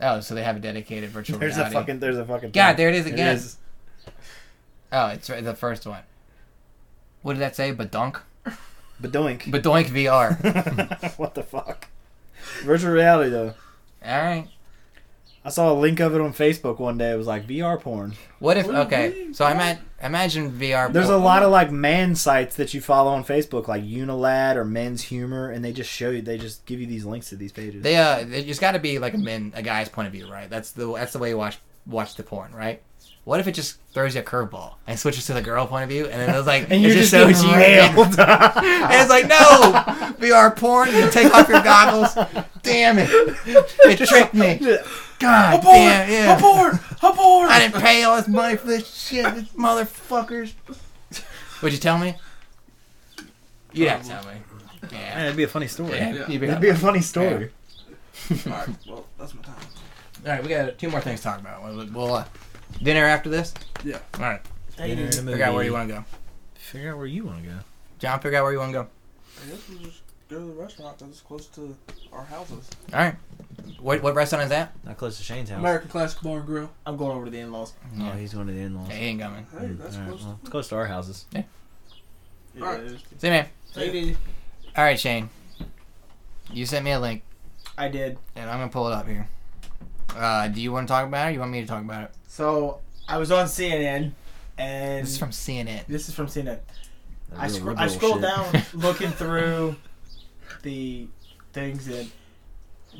Speaker 2: Oh, so they have a dedicated virtual
Speaker 3: There's a
Speaker 2: reality.
Speaker 3: fucking. There's a fucking.
Speaker 2: God,
Speaker 3: thing.
Speaker 2: there it is again.
Speaker 3: is.
Speaker 2: Oh, it's right, the first one. What did that say? Badunk?
Speaker 3: Badoink.
Speaker 2: Badoink VR.
Speaker 3: what the fuck? Virtual reality though.
Speaker 2: All right.
Speaker 3: I saw a link of it on Facebook one day. It was like VR porn.
Speaker 2: What if?
Speaker 5: What do you
Speaker 2: Okay,
Speaker 5: mean?
Speaker 2: so I meant imagine VR.
Speaker 3: There's a
Speaker 2: porn.
Speaker 3: lot of like man sites that you follow on Facebook, like Unilad or Men's Humor, and they just show you. They just give you these links to these pages.
Speaker 2: They uh, it- it's got to be like a men, a guy's point of view, right? That's the that's the way you watch watch the porn, right? What if it just throws you a curveball and switches to the girl point of view, and then it's like
Speaker 3: and
Speaker 2: it
Speaker 3: you're just, getting
Speaker 2: shows you-
Speaker 3: railed.
Speaker 2: And it's like, no, VR porn. You take off your goggles. Damn it! It tricked me. God
Speaker 5: Abort!
Speaker 2: damn yeah.
Speaker 5: Abort! Abort!
Speaker 2: I didn't pay all this money for this shit, this motherfuckers. Would you tell me? You'd have to tell me.
Speaker 3: Man,
Speaker 2: Yeah.
Speaker 3: it'd be a funny story.
Speaker 2: Yeah,
Speaker 5: Yeah.
Speaker 2: you'd be
Speaker 3: That'd
Speaker 2: up.
Speaker 3: be a funny story.
Speaker 5: All right. Well, that's my time.
Speaker 2: All right, we got two more things to talk about. We'll, we'll, uh, dinner after this.
Speaker 5: Yeah.
Speaker 2: All right.
Speaker 4: They do.
Speaker 2: Figure out where you want to go.
Speaker 3: Figure out where you want to go.
Speaker 2: John, figure out where you want to go.
Speaker 5: I guess we just go to the restaurant because it's close to our houses.
Speaker 2: All right. What what restaurant is that?
Speaker 3: Not close to Shane's house.
Speaker 5: American Classic Bar and Grill.
Speaker 4: I'm going over to the in-laws.
Speaker 3: Oh, he's going to the in-laws.
Speaker 2: Yeah, he ain't coming.
Speaker 5: Hey, that's
Speaker 3: Mm,
Speaker 5: close. to
Speaker 3: it's close to our houses.
Speaker 5: All right.
Speaker 2: See you, man.
Speaker 4: They do.
Speaker 2: All right, Shane. You sent me a link,
Speaker 4: I did.
Speaker 2: and I'm gonna pull it up here. Uh, do you want to talk about it? Or you want me to talk about it?
Speaker 4: So I was on CNN, and
Speaker 2: This is from CNN.
Speaker 4: this is from CNN. I, scro- I scrolled down looking through the things and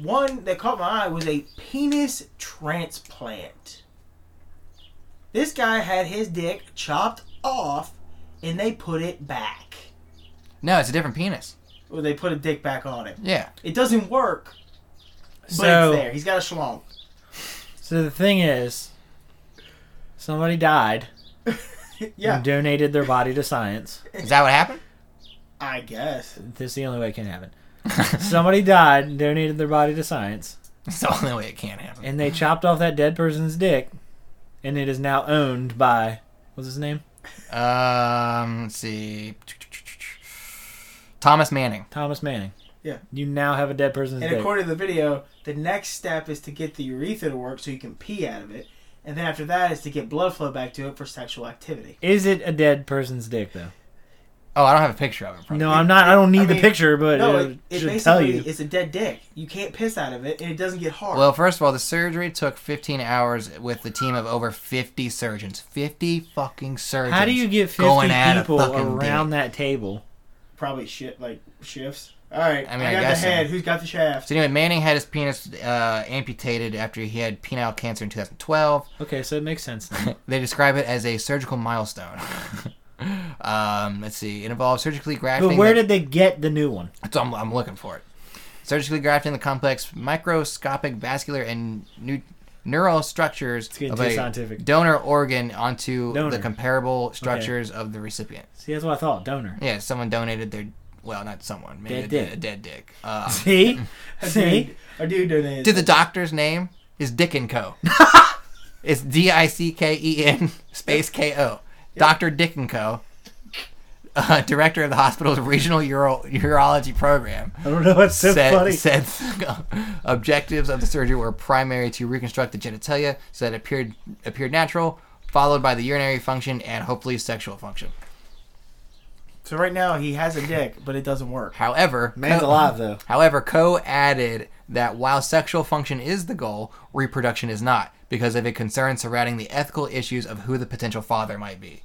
Speaker 4: one that caught my eye was a penis transplant. This guy had his dick chopped off and they put it back.
Speaker 2: No, it's a different penis.
Speaker 4: Or they put a dick back on it.
Speaker 2: Yeah.
Speaker 4: It doesn't work, but it's
Speaker 3: So,
Speaker 4: there. He's got a schlong.
Speaker 3: so the thing is, somebody died
Speaker 4: Yeah,
Speaker 3: and donated their body to science.
Speaker 2: Is that what happened?
Speaker 4: I guess.
Speaker 3: This is the only way it can happen. somebody died and donated their body to science,
Speaker 2: It's the only way it can happen.
Speaker 3: and they chopped off that dead person's dick, and it is now owned by what's his name?
Speaker 2: Um, let's see. Thomas Manning.
Speaker 3: Thomas Manning.
Speaker 4: Yeah.
Speaker 3: You now have a dead person's
Speaker 4: And
Speaker 3: dick.
Speaker 4: according to the video, the next step is to get the urethra to work so you can pee out of it. And then after that is to get blood flow back to it for sexual activity.
Speaker 3: is it a dead person's dick though?
Speaker 2: Oh, I don't have a picture of it. in front of
Speaker 3: No,
Speaker 2: me.
Speaker 3: I'm not. I don't need
Speaker 4: I
Speaker 3: the
Speaker 4: mean,
Speaker 3: picture, but
Speaker 4: no,
Speaker 3: it,
Speaker 4: it, it
Speaker 3: should tell
Speaker 4: basically
Speaker 3: you.
Speaker 4: it's a dead dick. You can't piss out of it, and it doesn't get hard.
Speaker 2: Well, first of all, the surgery took 15 hours with the team of over 50 surgeons. 50 fucking surgeons.
Speaker 3: How do you get 50
Speaker 2: going at a
Speaker 3: people
Speaker 2: fucking
Speaker 3: around
Speaker 2: dick.
Speaker 3: that table?
Speaker 4: probably shit like shifts. All right,
Speaker 2: I mean, I
Speaker 4: I got
Speaker 2: guess
Speaker 4: the head.
Speaker 2: so.
Speaker 4: Who's got the shaft?
Speaker 2: So anyway, Manning had his penis uh, amputated after he had penile cancer in 2012.
Speaker 3: Okay, so it makes sense. now.
Speaker 2: They describe it as a surgical milestone. um, let's see. It involves surgically grafting.
Speaker 3: but where
Speaker 2: the-
Speaker 3: did they get the new one?
Speaker 2: So I'm, I'm looking for it. Surgically grafting the complex microscopic vascular and nu- neural structures
Speaker 3: getting
Speaker 2: of
Speaker 3: too
Speaker 2: a
Speaker 3: scientific.
Speaker 2: donor organ onto the
Speaker 3: Donor.
Speaker 2: comparable structures of the recipient.
Speaker 3: See, that's what I thought. Donor.
Speaker 2: Yeah, someone donated their well, not someone, maybe
Speaker 3: Dead
Speaker 2: a, dead-
Speaker 3: dick.
Speaker 2: a dead dick. Uh,
Speaker 3: See, see,
Speaker 4: Dude, a dude donated.
Speaker 2: to the doctor's name is Dick and Co. it's D I C K E N space K O. Doctor Dick and Co. Uh, director of the hospital's regional uro- urology program.
Speaker 3: I don't know what's so
Speaker 2: said,
Speaker 3: funny.
Speaker 2: said objectives of the surgery were primary to reconstruct the genitalia so that it appeared appeared natural, followed by the urinary function and hopefully sexual function.
Speaker 4: So right now he has a dick, but it doesn't work.
Speaker 2: However,
Speaker 3: Man's
Speaker 2: Co-
Speaker 3: alive though.
Speaker 2: However, Co added that while sexual function is the goal, reproduction is not because of a concern surrounding the ethical issues of who the potential father might be.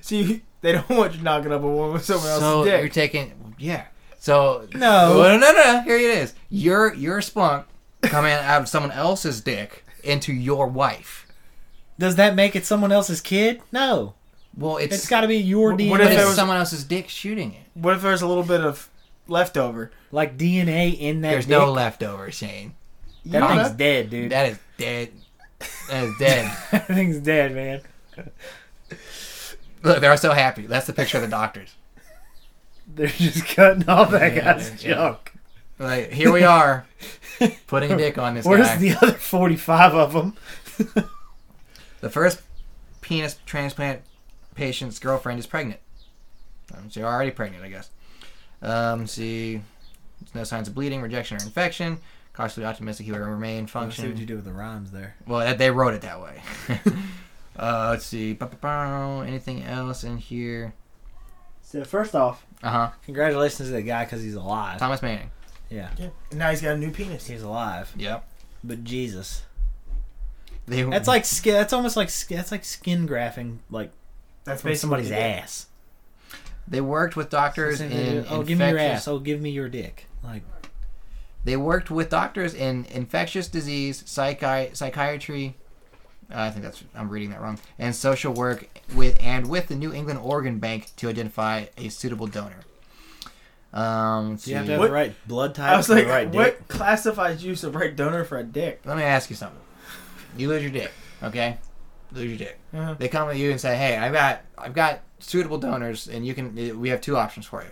Speaker 4: See, they don't want you knocking up a woman with someone
Speaker 2: so
Speaker 4: else's
Speaker 2: you're
Speaker 4: dick.
Speaker 2: taking yeah. So
Speaker 3: No.
Speaker 2: Well, no, no, no. Here it is. Your your spunk coming out of someone else's dick into your wife.
Speaker 3: Does that make it someone else's kid? No,
Speaker 2: Well, it's,
Speaker 3: it's got to be your DNA.
Speaker 4: What
Speaker 2: but
Speaker 4: if there
Speaker 2: it's
Speaker 4: was-
Speaker 2: someone else's dick shooting it.
Speaker 4: What if there's a little bit of leftover?
Speaker 3: like DNA in that?
Speaker 2: There's
Speaker 3: dick?
Speaker 2: no leftover, Shane.
Speaker 3: That
Speaker 2: Yeah.
Speaker 3: thing's dead, dude. That,
Speaker 2: That is dead. That is dead.
Speaker 3: thing's dead, man.
Speaker 2: Look, they're so happy. That's the picture of the doctors.
Speaker 3: They're just cutting off that guy's
Speaker 2: yeah.
Speaker 3: junk.
Speaker 2: Like here we are, putting a dick on this
Speaker 3: Where's
Speaker 2: guy.
Speaker 3: the other forty-five of them?
Speaker 2: The first penis transplant patient's girlfriend is pregnant. Um, she's already pregnant, I guess. Um, see, there's no signs of bleeding, rejection, or infection. Cautiously optimistic he will remain
Speaker 3: see what you
Speaker 2: function.
Speaker 3: do with the rhymes there.
Speaker 2: Well, that- they wrote it that way. uh, let's see. Ba-ba-bow. Anything else in here?
Speaker 6: So first off,
Speaker 2: Uh huh.
Speaker 3: Congratulations to the guy because he's alive.
Speaker 2: Thomas Manning.
Speaker 3: Yeah,
Speaker 4: Now he's got a new penis.
Speaker 3: he's alive.
Speaker 2: Yep.
Speaker 3: But Jesus,
Speaker 2: They,
Speaker 4: Mm.
Speaker 3: that's like skin. That's almost like skin, that's like skin grafting, like
Speaker 4: That's
Speaker 3: from
Speaker 4: basically
Speaker 3: somebody's
Speaker 4: what he did.
Speaker 3: ass.
Speaker 2: they worked with doctors
Speaker 3: Same
Speaker 2: in
Speaker 3: thing they do.
Speaker 2: infectious.
Speaker 3: oh, give me your ass. Oh, give me your dick. Like
Speaker 2: They worked with doctors in infectious disease, psychi- psychiatry. uh, I think that's I'm reading that wrong. And social work with and with the New England Organ Bank to identify a suitable donor. Um, let's
Speaker 3: you have
Speaker 2: see.
Speaker 3: to have
Speaker 4: What-
Speaker 3: the right blood type.
Speaker 4: I was
Speaker 3: and
Speaker 4: like,
Speaker 3: the right
Speaker 4: what
Speaker 3: dick.
Speaker 4: classifies you as the right donor for a dick?
Speaker 2: Let me ask you something. You lose your dick, okay? Lose your dick.
Speaker 4: Uh-huh.
Speaker 2: They come to you and say, "Hey, I've got I've got suitable donors, and you can. We have two options for you.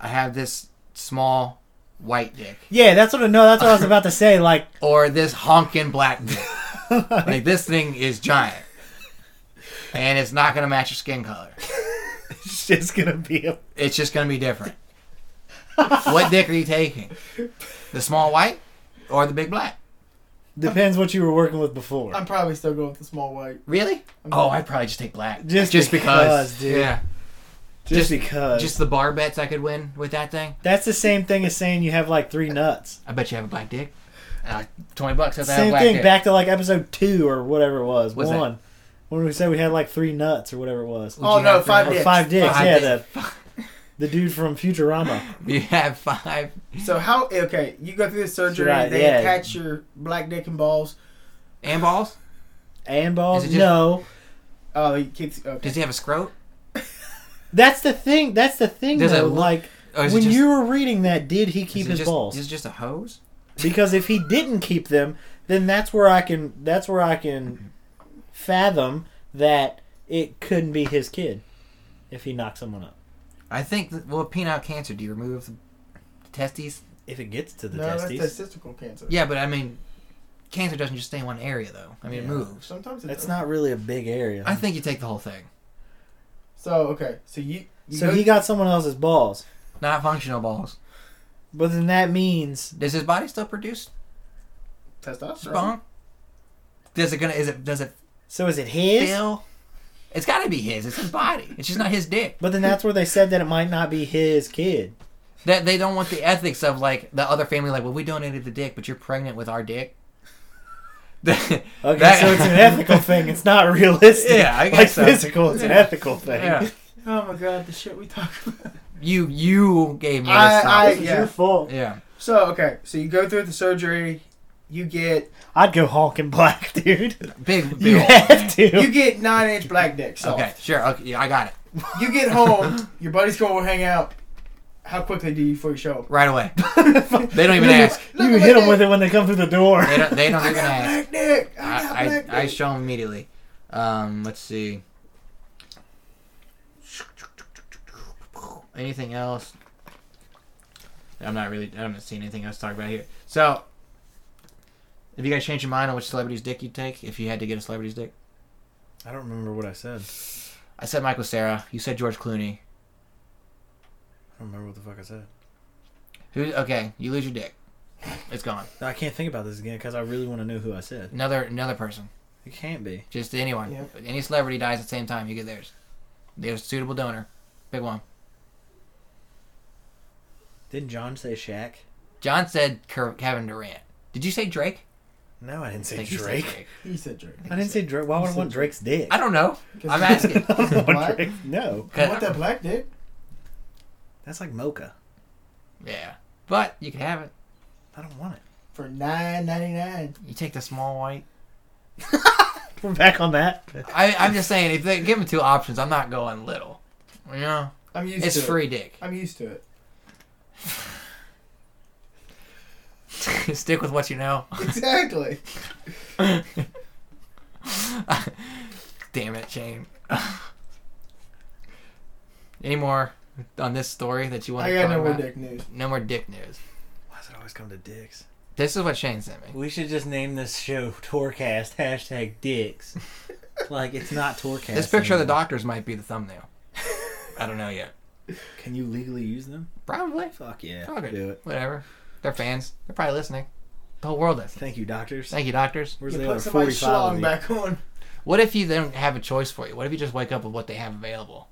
Speaker 2: I have this small white dick,
Speaker 3: Yeah, that's what I know. That's what I was about to say. Like,
Speaker 2: or this honking black dick. like this thing is giant, and it's not gonna match your skin color.
Speaker 3: it's just gonna be a
Speaker 2: It's just gonna be different. what dick are you taking? The small white or the big black?
Speaker 3: depends what you were working with before.
Speaker 6: I'm probably still going with the small white.
Speaker 2: Really? Oh, I'd probably just take black.
Speaker 3: Just because, dude.
Speaker 2: Yeah.
Speaker 3: just,
Speaker 2: just-
Speaker 3: because.
Speaker 2: Just the bar bets I could win with that thing.
Speaker 3: that's the same thing as saying you have like three nuts.
Speaker 2: I bet you have a black dick. Uh, Twenty bucks if I have a
Speaker 3: Same
Speaker 2: black
Speaker 3: thing.
Speaker 2: dick.
Speaker 3: Back to like episode two or whatever it was.
Speaker 2: What's that?
Speaker 3: one. When we said we had like three nuts or whatever it was.
Speaker 2: Would
Speaker 4: Oh
Speaker 2: you
Speaker 4: no,
Speaker 2: have
Speaker 4: five
Speaker 2: three
Speaker 3: Or
Speaker 4: dicks.
Speaker 3: five dicks.
Speaker 2: Five
Speaker 3: yeah,
Speaker 2: dicks.
Speaker 3: the the dude from Futurama.
Speaker 2: You have five.
Speaker 4: So how? Okay, you go through the surgery.
Speaker 3: Right,
Speaker 4: they
Speaker 3: yeah.
Speaker 4: attach your black dick and balls.
Speaker 2: And balls?
Speaker 3: And balls.
Speaker 2: Is it just-
Speaker 3: no,
Speaker 4: Oh, he kicks. Okay.
Speaker 2: Does he have a scrote?
Speaker 3: that's the thing. That's the thing.
Speaker 2: Does it
Speaker 3: though.
Speaker 2: look-
Speaker 3: like
Speaker 2: Or is it
Speaker 3: when
Speaker 2: just-
Speaker 3: you were reading that, did he
Speaker 2: is
Speaker 3: keep
Speaker 2: it
Speaker 3: his
Speaker 2: just-
Speaker 3: balls?
Speaker 2: Is it just a hose?
Speaker 3: because if he didn't keep them, then that's where I can that's where I can fathom that it couldn't be his kid if he knocked someone up.
Speaker 2: I think. That, well, penile cancer. Do you remove the testes?
Speaker 3: If it gets to the
Speaker 6: No,
Speaker 3: testes,
Speaker 6: that's testicle cancer.
Speaker 2: Yeah, but I mean, cancer doesn't just stay in one area though. I mean, it
Speaker 3: Yeah.
Speaker 2: moves.
Speaker 6: Sometimes it
Speaker 3: that's
Speaker 6: does.
Speaker 3: not really a big area.
Speaker 2: I think you take the whole thing.
Speaker 6: So okay, so you. you
Speaker 3: so
Speaker 6: go-
Speaker 3: he got someone else's balls,
Speaker 2: Not functional balls.
Speaker 3: but then that means
Speaker 2: Does his body still produce
Speaker 6: testosterone.
Speaker 2: sperm? Does it gonna? Is it? Does it
Speaker 3: so is it his?
Speaker 2: fill? It's got to be his. It's his body. It's just not his dick.
Speaker 3: But then that's where they said that it might not be his kid.
Speaker 2: That they don't want the ethics of like the other family. Like, well, we donated the dick, but you're pregnant with our dick. okay,
Speaker 3: Okay, so it's an ethical thing. It's not realistic.
Speaker 2: Yeah, I
Speaker 3: like
Speaker 2: guess so.
Speaker 3: physical. It's an ethical thing.
Speaker 2: yeah.
Speaker 7: Oh my god, the shit we talk about.
Speaker 2: You you gave me.
Speaker 4: I-
Speaker 2: this
Speaker 4: I-
Speaker 2: I,
Speaker 4: It's
Speaker 7: Yeah.
Speaker 4: your fault.
Speaker 2: yeah.
Speaker 4: So okay, so you go through the surgery, you get
Speaker 3: I'd go honking black, dude.
Speaker 2: Big big.
Speaker 3: You
Speaker 2: old-
Speaker 3: have
Speaker 4: you
Speaker 3: to.
Speaker 4: get nine inch black dick. So
Speaker 2: Okay, sure. Okay, yeah, I got it
Speaker 4: you get home, your buddies go hang out. How quickly do you before you show up?
Speaker 2: right away. They don't even ask.
Speaker 3: You hit them with it when they come through the door.
Speaker 2: They don't. They don't even ask.
Speaker 4: Black dick. I, got
Speaker 2: I,
Speaker 4: black
Speaker 2: I, I
Speaker 4: dick.
Speaker 2: show him immediately. Um, let's see. Anything else? I'm not really. I haven't seen anything else to talk about here. So, if you guys change your mind on which celebrity's dick you'd take, if you had to get a celebrity's dick,
Speaker 3: I don't remember what I said.
Speaker 2: I said Michael Sarah. You said George Clooney.
Speaker 3: I don't remember what the fuck I said.
Speaker 2: Who? Okay, you lose your dick. It's gone.
Speaker 3: I can't think about this again because I really want to know who I said.
Speaker 2: Another another person.
Speaker 3: It can't be.
Speaker 2: Just anyone.
Speaker 4: Yeah.
Speaker 2: Any celebrity dies at the same time, you get theirs. There's a suitable donor. Big one.
Speaker 3: Didn't John say Shaq?
Speaker 2: John said Ker- Kevin Durant. Did you say Drake?
Speaker 3: No, I didn't say
Speaker 2: I think you said
Speaker 3: Drake.
Speaker 4: He said Drake.
Speaker 3: I didn't say Drake. Why would I want Drake's dick?
Speaker 2: I don't know. I'm asking.
Speaker 3: I don't want
Speaker 4: What?
Speaker 3: Drake. No,
Speaker 4: You want that black dick?
Speaker 3: that's like mocha.
Speaker 2: yeah, but you can have it.
Speaker 3: I don't want it.
Speaker 4: For nine ninety nine.
Speaker 2: You take the small white.
Speaker 3: We're back on that.
Speaker 2: I, I'm just saying, if they give them two options, I'm not going little. You know,
Speaker 4: I'm used
Speaker 2: it's
Speaker 4: to
Speaker 2: free
Speaker 4: it.
Speaker 2: dick.
Speaker 4: I'm used to it.
Speaker 2: Stick with what you know.
Speaker 4: Exactly.
Speaker 2: Damn it, Shane. Any more on this story that you want
Speaker 4: I
Speaker 2: to
Speaker 4: got
Speaker 2: talk
Speaker 4: no more
Speaker 2: about?
Speaker 4: dick news.
Speaker 2: No more dick news.
Speaker 3: Why does it always come to dicks?
Speaker 2: This is what Shane sent me.
Speaker 3: We should just name this show Torcast hashtag dicks. like it's not Torcast.
Speaker 2: This picture of the
Speaker 3: anymore.
Speaker 2: doctors might be the thumbnail. I don't know yet.
Speaker 3: Can you legally use them?
Speaker 2: Probably.
Speaker 3: Fuck yeah.
Speaker 2: Fuck it.
Speaker 3: Do it.
Speaker 2: Whatever. They're fans. They're probably listening. The whole world is.
Speaker 3: Thank you, doctors.
Speaker 2: Thank you, doctors.
Speaker 3: Where's
Speaker 4: You
Speaker 3: the
Speaker 4: put
Speaker 3: other
Speaker 4: somebody's
Speaker 3: 45 of
Speaker 4: schlong
Speaker 3: you?
Speaker 4: back on.
Speaker 2: What if you don't have a choice for you? What if you just wake up with what they have available?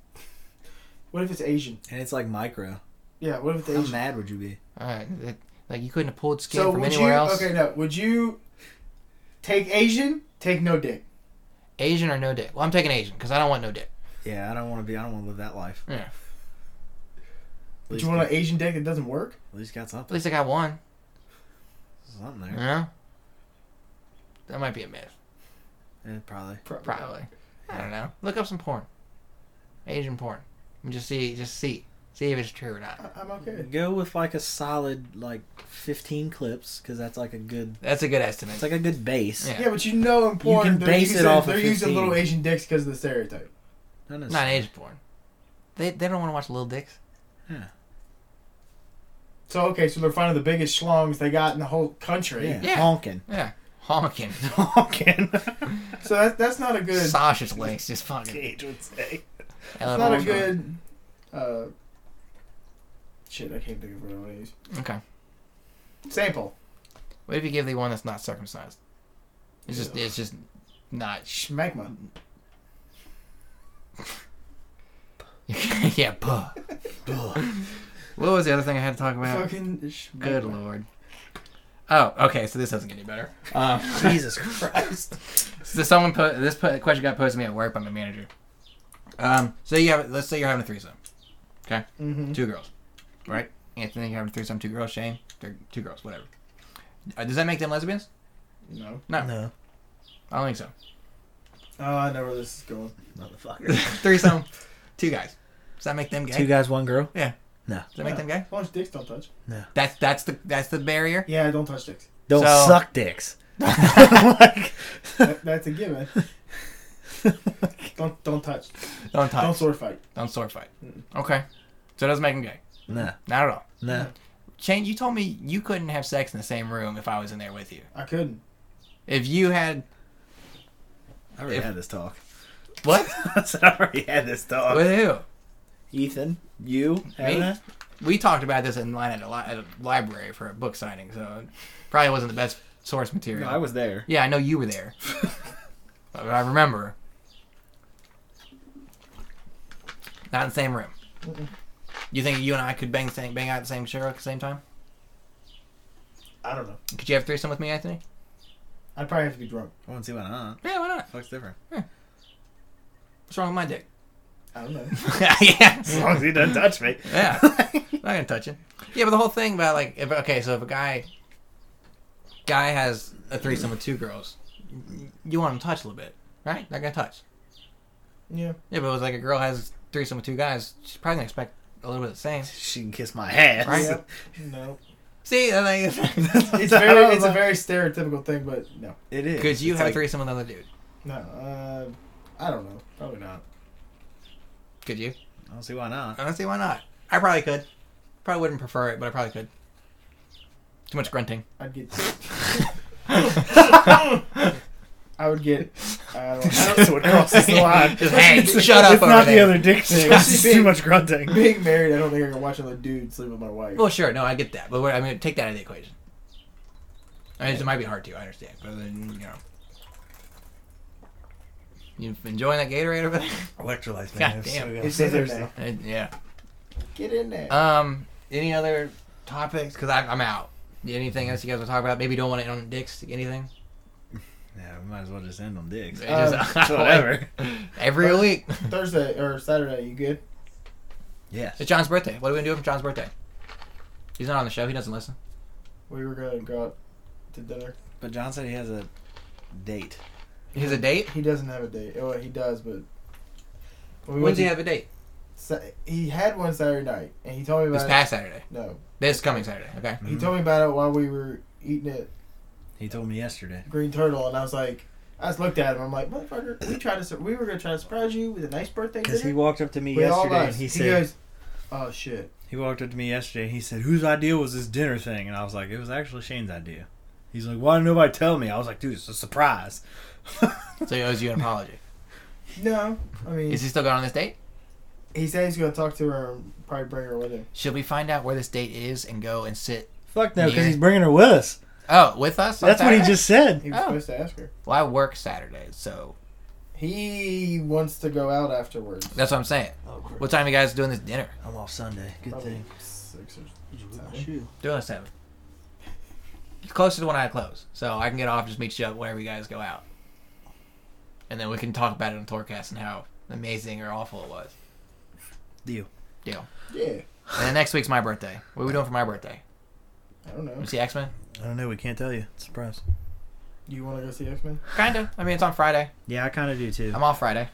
Speaker 4: What if it's Asian?
Speaker 3: And it's like micro.
Speaker 4: Yeah. What if it's
Speaker 3: How
Speaker 4: Asian?
Speaker 3: mad would you be?
Speaker 2: All right, that- like you couldn't have pulled skin
Speaker 4: So
Speaker 2: from
Speaker 4: would
Speaker 2: anywhere
Speaker 4: you?
Speaker 2: else.
Speaker 4: Okay, no. Would you take Asian? Take no dick.
Speaker 2: Asian or no dick? Well, I'm taking Asian because I don't want no dick.
Speaker 3: Yeah, I don't want to be. I don't want to live that life.
Speaker 2: Yeah.
Speaker 3: At
Speaker 4: Would
Speaker 3: least,
Speaker 4: you want an Asian dick that doesn't work?
Speaker 3: at least got
Speaker 2: At
Speaker 3: something.
Speaker 2: least I got one.
Speaker 3: Something
Speaker 2: You
Speaker 3: there.
Speaker 2: know, that might be a myth.
Speaker 3: Yeah, probably.
Speaker 2: Probably. I don't know. Look up some porn, Asian porn, and just see, just see, see if it's true or not.
Speaker 4: I- I'm okay.
Speaker 3: Go with like a solid like 15 clips because that's like a good.
Speaker 2: That's a good estimate.
Speaker 3: It's like a good base.
Speaker 2: Yeah.
Speaker 4: Yeah, but you know, in porn,
Speaker 3: can
Speaker 4: they're
Speaker 3: base it
Speaker 4: using,
Speaker 3: off of
Speaker 4: they're using
Speaker 3: 15.
Speaker 4: little Asian dicks because of the stereotype.
Speaker 3: Not, as-
Speaker 2: not Asian porn. They they don't want to watch little dicks.
Speaker 4: So okay, so they're finding the biggest schlongs they got in the whole country.
Speaker 3: Yeah.
Speaker 2: Yeah.
Speaker 3: Honking.
Speaker 2: Yeah, honking,
Speaker 3: Honking.
Speaker 4: So that's that's not a good.
Speaker 2: sausage links, just fucking.
Speaker 3: Cage would say.
Speaker 2: I love
Speaker 4: It's not a
Speaker 2: all-
Speaker 4: good. Uh, shit, I can't think of what I want to use.
Speaker 2: Okay.
Speaker 4: Sample.
Speaker 2: What if you give the one that's not circumcised? It's just it's just not. Sh-
Speaker 4: Schmegma.
Speaker 2: yeah, buh. What was the other thing I had to talk about?
Speaker 4: Fucking schmegma.
Speaker 2: Good lord. Oh, okay. So this doesn't get any better. Um,
Speaker 3: Jesus Christ.
Speaker 2: so someone put this put, question got posed to me at work by my manager. Um, so you have let's say you're having a threesome, okay?
Speaker 4: Mhm.
Speaker 2: Two girls, right? Anthony, you're having a threesome. Two girls. Shane, they're two girls. Whatever. Uh, does that make them lesbians?
Speaker 4: No.
Speaker 2: No,
Speaker 3: No.
Speaker 2: I don't think so.
Speaker 4: Oh, I know where this is going.
Speaker 3: Motherfucker.
Speaker 2: threesome, two guys. Does that make them gay?
Speaker 3: Two guys, one girl.
Speaker 2: Does that make them gay?
Speaker 4: As long as dicks don't touch.
Speaker 2: That's that's the that's the barrier.
Speaker 4: Yeah, don't touch dicks.
Speaker 3: Don't
Speaker 2: So-
Speaker 3: suck dicks. like,
Speaker 4: That, that's a given. don't don't touch.
Speaker 2: Don't touch.
Speaker 4: Don't sword fight.
Speaker 2: Don't sword fight.
Speaker 3: Mm.
Speaker 2: Okay. So it doesn't make him gay.
Speaker 3: nah,
Speaker 2: Not at all.
Speaker 3: nah.
Speaker 2: Shane, you told me you couldn't have sex in the same room if I was in there with you.
Speaker 4: I couldn't.
Speaker 2: If you had
Speaker 3: I already
Speaker 2: If-
Speaker 3: had this talk.
Speaker 2: what
Speaker 3: I said I already had this talk.
Speaker 2: with who?
Speaker 3: Ethan, you, Anna.
Speaker 2: We talked about this in line at a, li- at a library for a book signing, so it probably wasn't the best source material.
Speaker 3: No, I was there.
Speaker 2: Yeah, I know you were there. I remember. Not in the same room. You think you and I could bang same, bang out the same show at the same time?
Speaker 4: I don't know.
Speaker 2: Could you have threesome with me, Anthony?
Speaker 4: I'd probably have to be drunk.
Speaker 3: I want to see why not.
Speaker 2: Yeah, why not?
Speaker 3: Fuck's different.
Speaker 2: What's wrong with my dick?
Speaker 4: I don't know.
Speaker 2: yeah,
Speaker 3: As long as he doesn't touch me.
Speaker 2: yeah. not gonna touch it. Yeah, but the whole thing about like, if, okay, so if a guy guy has a threesome with two girls, y- you want him to touch a little bit, right? Not gonna touch.
Speaker 4: yeah.
Speaker 2: Yeah, but it was like a girl has threesome with two guys, she's probably gonna expect a little bit of the same.
Speaker 3: She can kiss my ass.
Speaker 2: Right.
Speaker 4: Yeah. No.
Speaker 2: See, and like,
Speaker 4: It's very. It's a very stereotypical thing, but no.
Speaker 3: It is.
Speaker 2: could you
Speaker 3: It's
Speaker 2: have
Speaker 3: like-
Speaker 2: threesome with another dude?
Speaker 4: No. Uh, I don't know. Probably not.
Speaker 2: Could you?
Speaker 3: I don't see why not.
Speaker 2: I don't see why not. I probably could. Probably wouldn't prefer it, but I probably could. Too much grunting.
Speaker 4: I'd get. I would get. I don't know.
Speaker 3: That's what crosses the line.
Speaker 2: Just hey, shut up
Speaker 3: It's
Speaker 2: over
Speaker 3: not the
Speaker 2: there.
Speaker 3: other dick thing. It's just too much grunting.
Speaker 4: Being married, I don't think I can watch another dude sleep with my wife.
Speaker 2: Well, sure, no, I get that, but what- I mean, take that out of the equation. I mean, it might be hard to. I understand, but then you know, you enjoying that Gatorade over there?
Speaker 3: Electrolytes,
Speaker 2: man. God damn.
Speaker 4: It's in there.
Speaker 2: Uh, yeah.
Speaker 4: Get in there.
Speaker 2: Um, any other topics? Because I'm out. Anything else you guys want to talk about? Maybe you don't want to end on dicks. Anything?
Speaker 3: Yeah, we might as well just end on dicks.
Speaker 2: It
Speaker 4: Um,
Speaker 2: just-
Speaker 3: Uh, Whatever.
Speaker 2: Every week.
Speaker 4: Thursday or Saturday, you good?
Speaker 3: Yes.
Speaker 2: It's John's birthday. What are we gonna do for John's birthday? He's not on the show. He doesn't listen.
Speaker 4: We were gonna go out to dinner.
Speaker 3: But John said he has a date.
Speaker 2: He's a date.
Speaker 4: He doesn't have a date. Oh, he does, but. When we
Speaker 2: When's
Speaker 4: went
Speaker 2: he
Speaker 4: to-
Speaker 2: have a date?
Speaker 4: Sa- he had one Saturday night, and he told me
Speaker 2: This
Speaker 4: about
Speaker 2: past Saturday.
Speaker 4: it. No,
Speaker 2: This coming Saturday. Okay.
Speaker 4: he told me about it while we were eating at
Speaker 3: He told me yesterday.
Speaker 4: Green Turtle, and I was like, I just looked at him. I'm like, motherfucker, we tried to, sur- we were gonna try to surprise you with a nice birthday dinner.
Speaker 3: Because he walked up to me
Speaker 4: with all
Speaker 3: yesterday
Speaker 4: us."
Speaker 3: and he
Speaker 4: he
Speaker 3: said,
Speaker 4: goes, oh shit.
Speaker 3: He walked up to me yesterday and he said, Whose idea was this dinner thing? And I was like, It was actually Shane's idea. He's like, Why didn't nobody tell me? I was like, Dude, it's a surprise.
Speaker 2: So he owes you an apology.
Speaker 4: No, I mean,
Speaker 2: Is he still going on this date?
Speaker 4: he said he's gonna talk to her and probably bring her with him.
Speaker 2: Should we find out where this date is and go and sit?
Speaker 3: Fuck no, because
Speaker 2: Yeah.
Speaker 3: he's bringing her with us.
Speaker 2: Oh, with us? on
Speaker 3: That's what he
Speaker 2: Saturday?
Speaker 3: just said.
Speaker 4: He was
Speaker 2: Oh.
Speaker 4: supposed to ask her.
Speaker 2: Well, I work Saturdays, so
Speaker 4: He wants to go out afterwards.
Speaker 2: that's what I'm saying.
Speaker 3: Oh, crap.
Speaker 2: What time you guys doing this dinner?
Speaker 3: I'm off Sunday. Good
Speaker 4: Probably
Speaker 3: thing.
Speaker 4: six or
Speaker 2: Doing at seven. It's closer to when I close, so I can get off, just meet you up wherever you guys go out, and then we can talk about it on Torcast and how amazing or awful it was.
Speaker 3: Deal.
Speaker 2: Deal.
Speaker 4: yeah.
Speaker 2: And then next week's my birthday. What are we doing for my birthday?
Speaker 4: I don't know.
Speaker 2: We see X Men?
Speaker 3: I don't know. We can't tell you. Surprise.
Speaker 4: You want to go see X Men?
Speaker 2: Kinda. I mean, it's on Friday.
Speaker 3: Yeah, I kind of do too.
Speaker 2: I'm off Friday.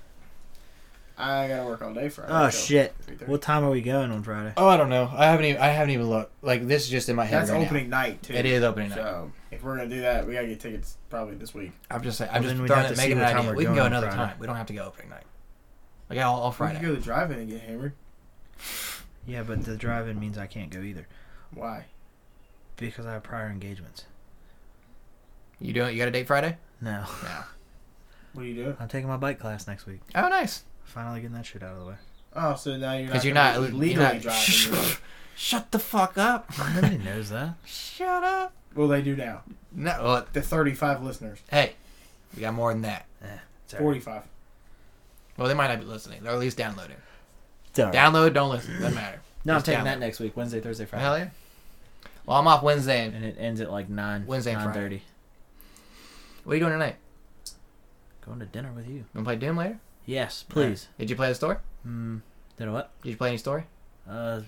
Speaker 4: I gotta work all day Friday.
Speaker 3: Oh,
Speaker 4: so-
Speaker 3: shit.
Speaker 4: Three-thirty.
Speaker 3: What time are we going on Friday?
Speaker 2: Oh, I don't know. I haven't even. I haven't even looked. Like this is just in my head.
Speaker 4: That's
Speaker 2: right now.
Speaker 4: opening night too.
Speaker 2: It is opening night.
Speaker 4: So if we're gonna do that, we gotta get tickets probably this week.
Speaker 2: I'm just saying.
Speaker 3: Well,
Speaker 2: I'm just
Speaker 3: then we'd
Speaker 2: throwing
Speaker 3: have
Speaker 2: it,
Speaker 3: to
Speaker 2: making an
Speaker 3: see what time
Speaker 2: idea.
Speaker 3: we're
Speaker 2: We can
Speaker 3: going
Speaker 2: go
Speaker 3: on
Speaker 2: another
Speaker 3: Friday.
Speaker 2: time. We don't have to go opening night. Like all, all
Speaker 4: Friday. We
Speaker 2: Friday.
Speaker 4: could go to the drive-in and get hammered.
Speaker 3: Yeah, but the drive-in means I can't go either
Speaker 4: Why?
Speaker 3: because I have prior engagements.
Speaker 2: You doing? You got a date Friday?
Speaker 3: No,
Speaker 2: No.
Speaker 4: What are you doing?
Speaker 3: I'm taking my bike class next week.
Speaker 2: Oh, nice.
Speaker 3: Finally getting that shit out of the way.
Speaker 4: Oh, so now you're
Speaker 2: Because
Speaker 4: not
Speaker 2: you're
Speaker 4: gonna
Speaker 2: not.
Speaker 4: be
Speaker 2: You're
Speaker 4: legally
Speaker 2: not
Speaker 4: driving. you're-
Speaker 2: shut the fuck up.
Speaker 3: Nobody knows that.
Speaker 2: shut up.
Speaker 4: well, they do now.
Speaker 2: No. Well,
Speaker 4: The 35 listeners,
Speaker 2: hey, we got more than that.
Speaker 3: It's all right.
Speaker 4: 45.
Speaker 2: Well, they might not be listening. They're at least downloading.
Speaker 3: It's all right.
Speaker 2: Download. Don't listen. Doesn't matter.
Speaker 3: No, I'm
Speaker 2: Just
Speaker 3: taking
Speaker 2: download.
Speaker 3: that next week, Wednesday, Thursday, Friday,
Speaker 2: Hell yeah. Well, I'm off Wednesday.
Speaker 3: and it ends at like nine.
Speaker 2: Wednesday and
Speaker 3: nine
Speaker 2: Friday.
Speaker 3: thirty.
Speaker 2: What are you doing tonight?
Speaker 3: Going to dinner with you.
Speaker 2: Gonna play Doom later?
Speaker 3: Yes, please.
Speaker 2: Did you play the story?
Speaker 3: Mm, did I what?
Speaker 2: Did you play any story?
Speaker 3: Uh,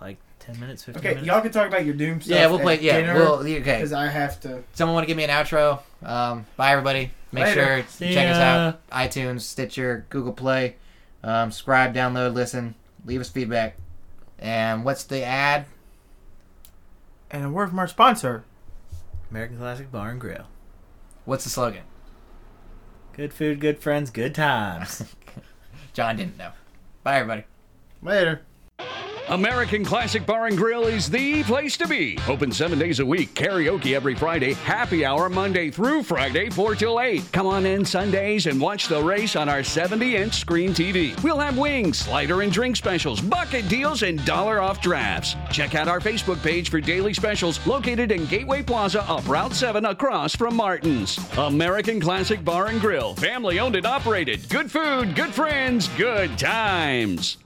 Speaker 3: like ten minutes, fifteen
Speaker 4: Okay,
Speaker 3: minutes.
Speaker 4: y'all can talk about your Doom stuff.
Speaker 2: yeah, we'll
Speaker 4: at
Speaker 2: play. Yeah,
Speaker 4: dinner,
Speaker 2: we'll. Okay.
Speaker 4: Because I have to.
Speaker 2: Someone want to give me an outro? Um, bye, everybody. Make
Speaker 4: Later.
Speaker 2: sure to
Speaker 3: See
Speaker 2: check us
Speaker 3: ya.
Speaker 2: out iTunes, Stitcher, Google Play. Um, subscribe, download, listen, leave us feedback. And what's the ad?
Speaker 4: And a word from our sponsor.
Speaker 3: American Classic Bar and Grill.
Speaker 2: What's the slogan?
Speaker 3: Good food, good friends, good times.
Speaker 2: John didn't know. Bye, everybody.
Speaker 4: Later.
Speaker 1: American Classic Bar and Grill is the place to be. Open seven days a week, karaoke every Friday, happy hour Monday through Friday, 4 till 8. Come on in Sundays and watch the race on our 70 inch screen TV. We'll have wings, slider and drink specials, bucket deals, and dollar off drafts. Check out our Facebook page for daily specials located in Gateway Plaza up Route 7 across from Martin's. American Classic Bar and Grill, family owned and operated. Good food, good friends, good times.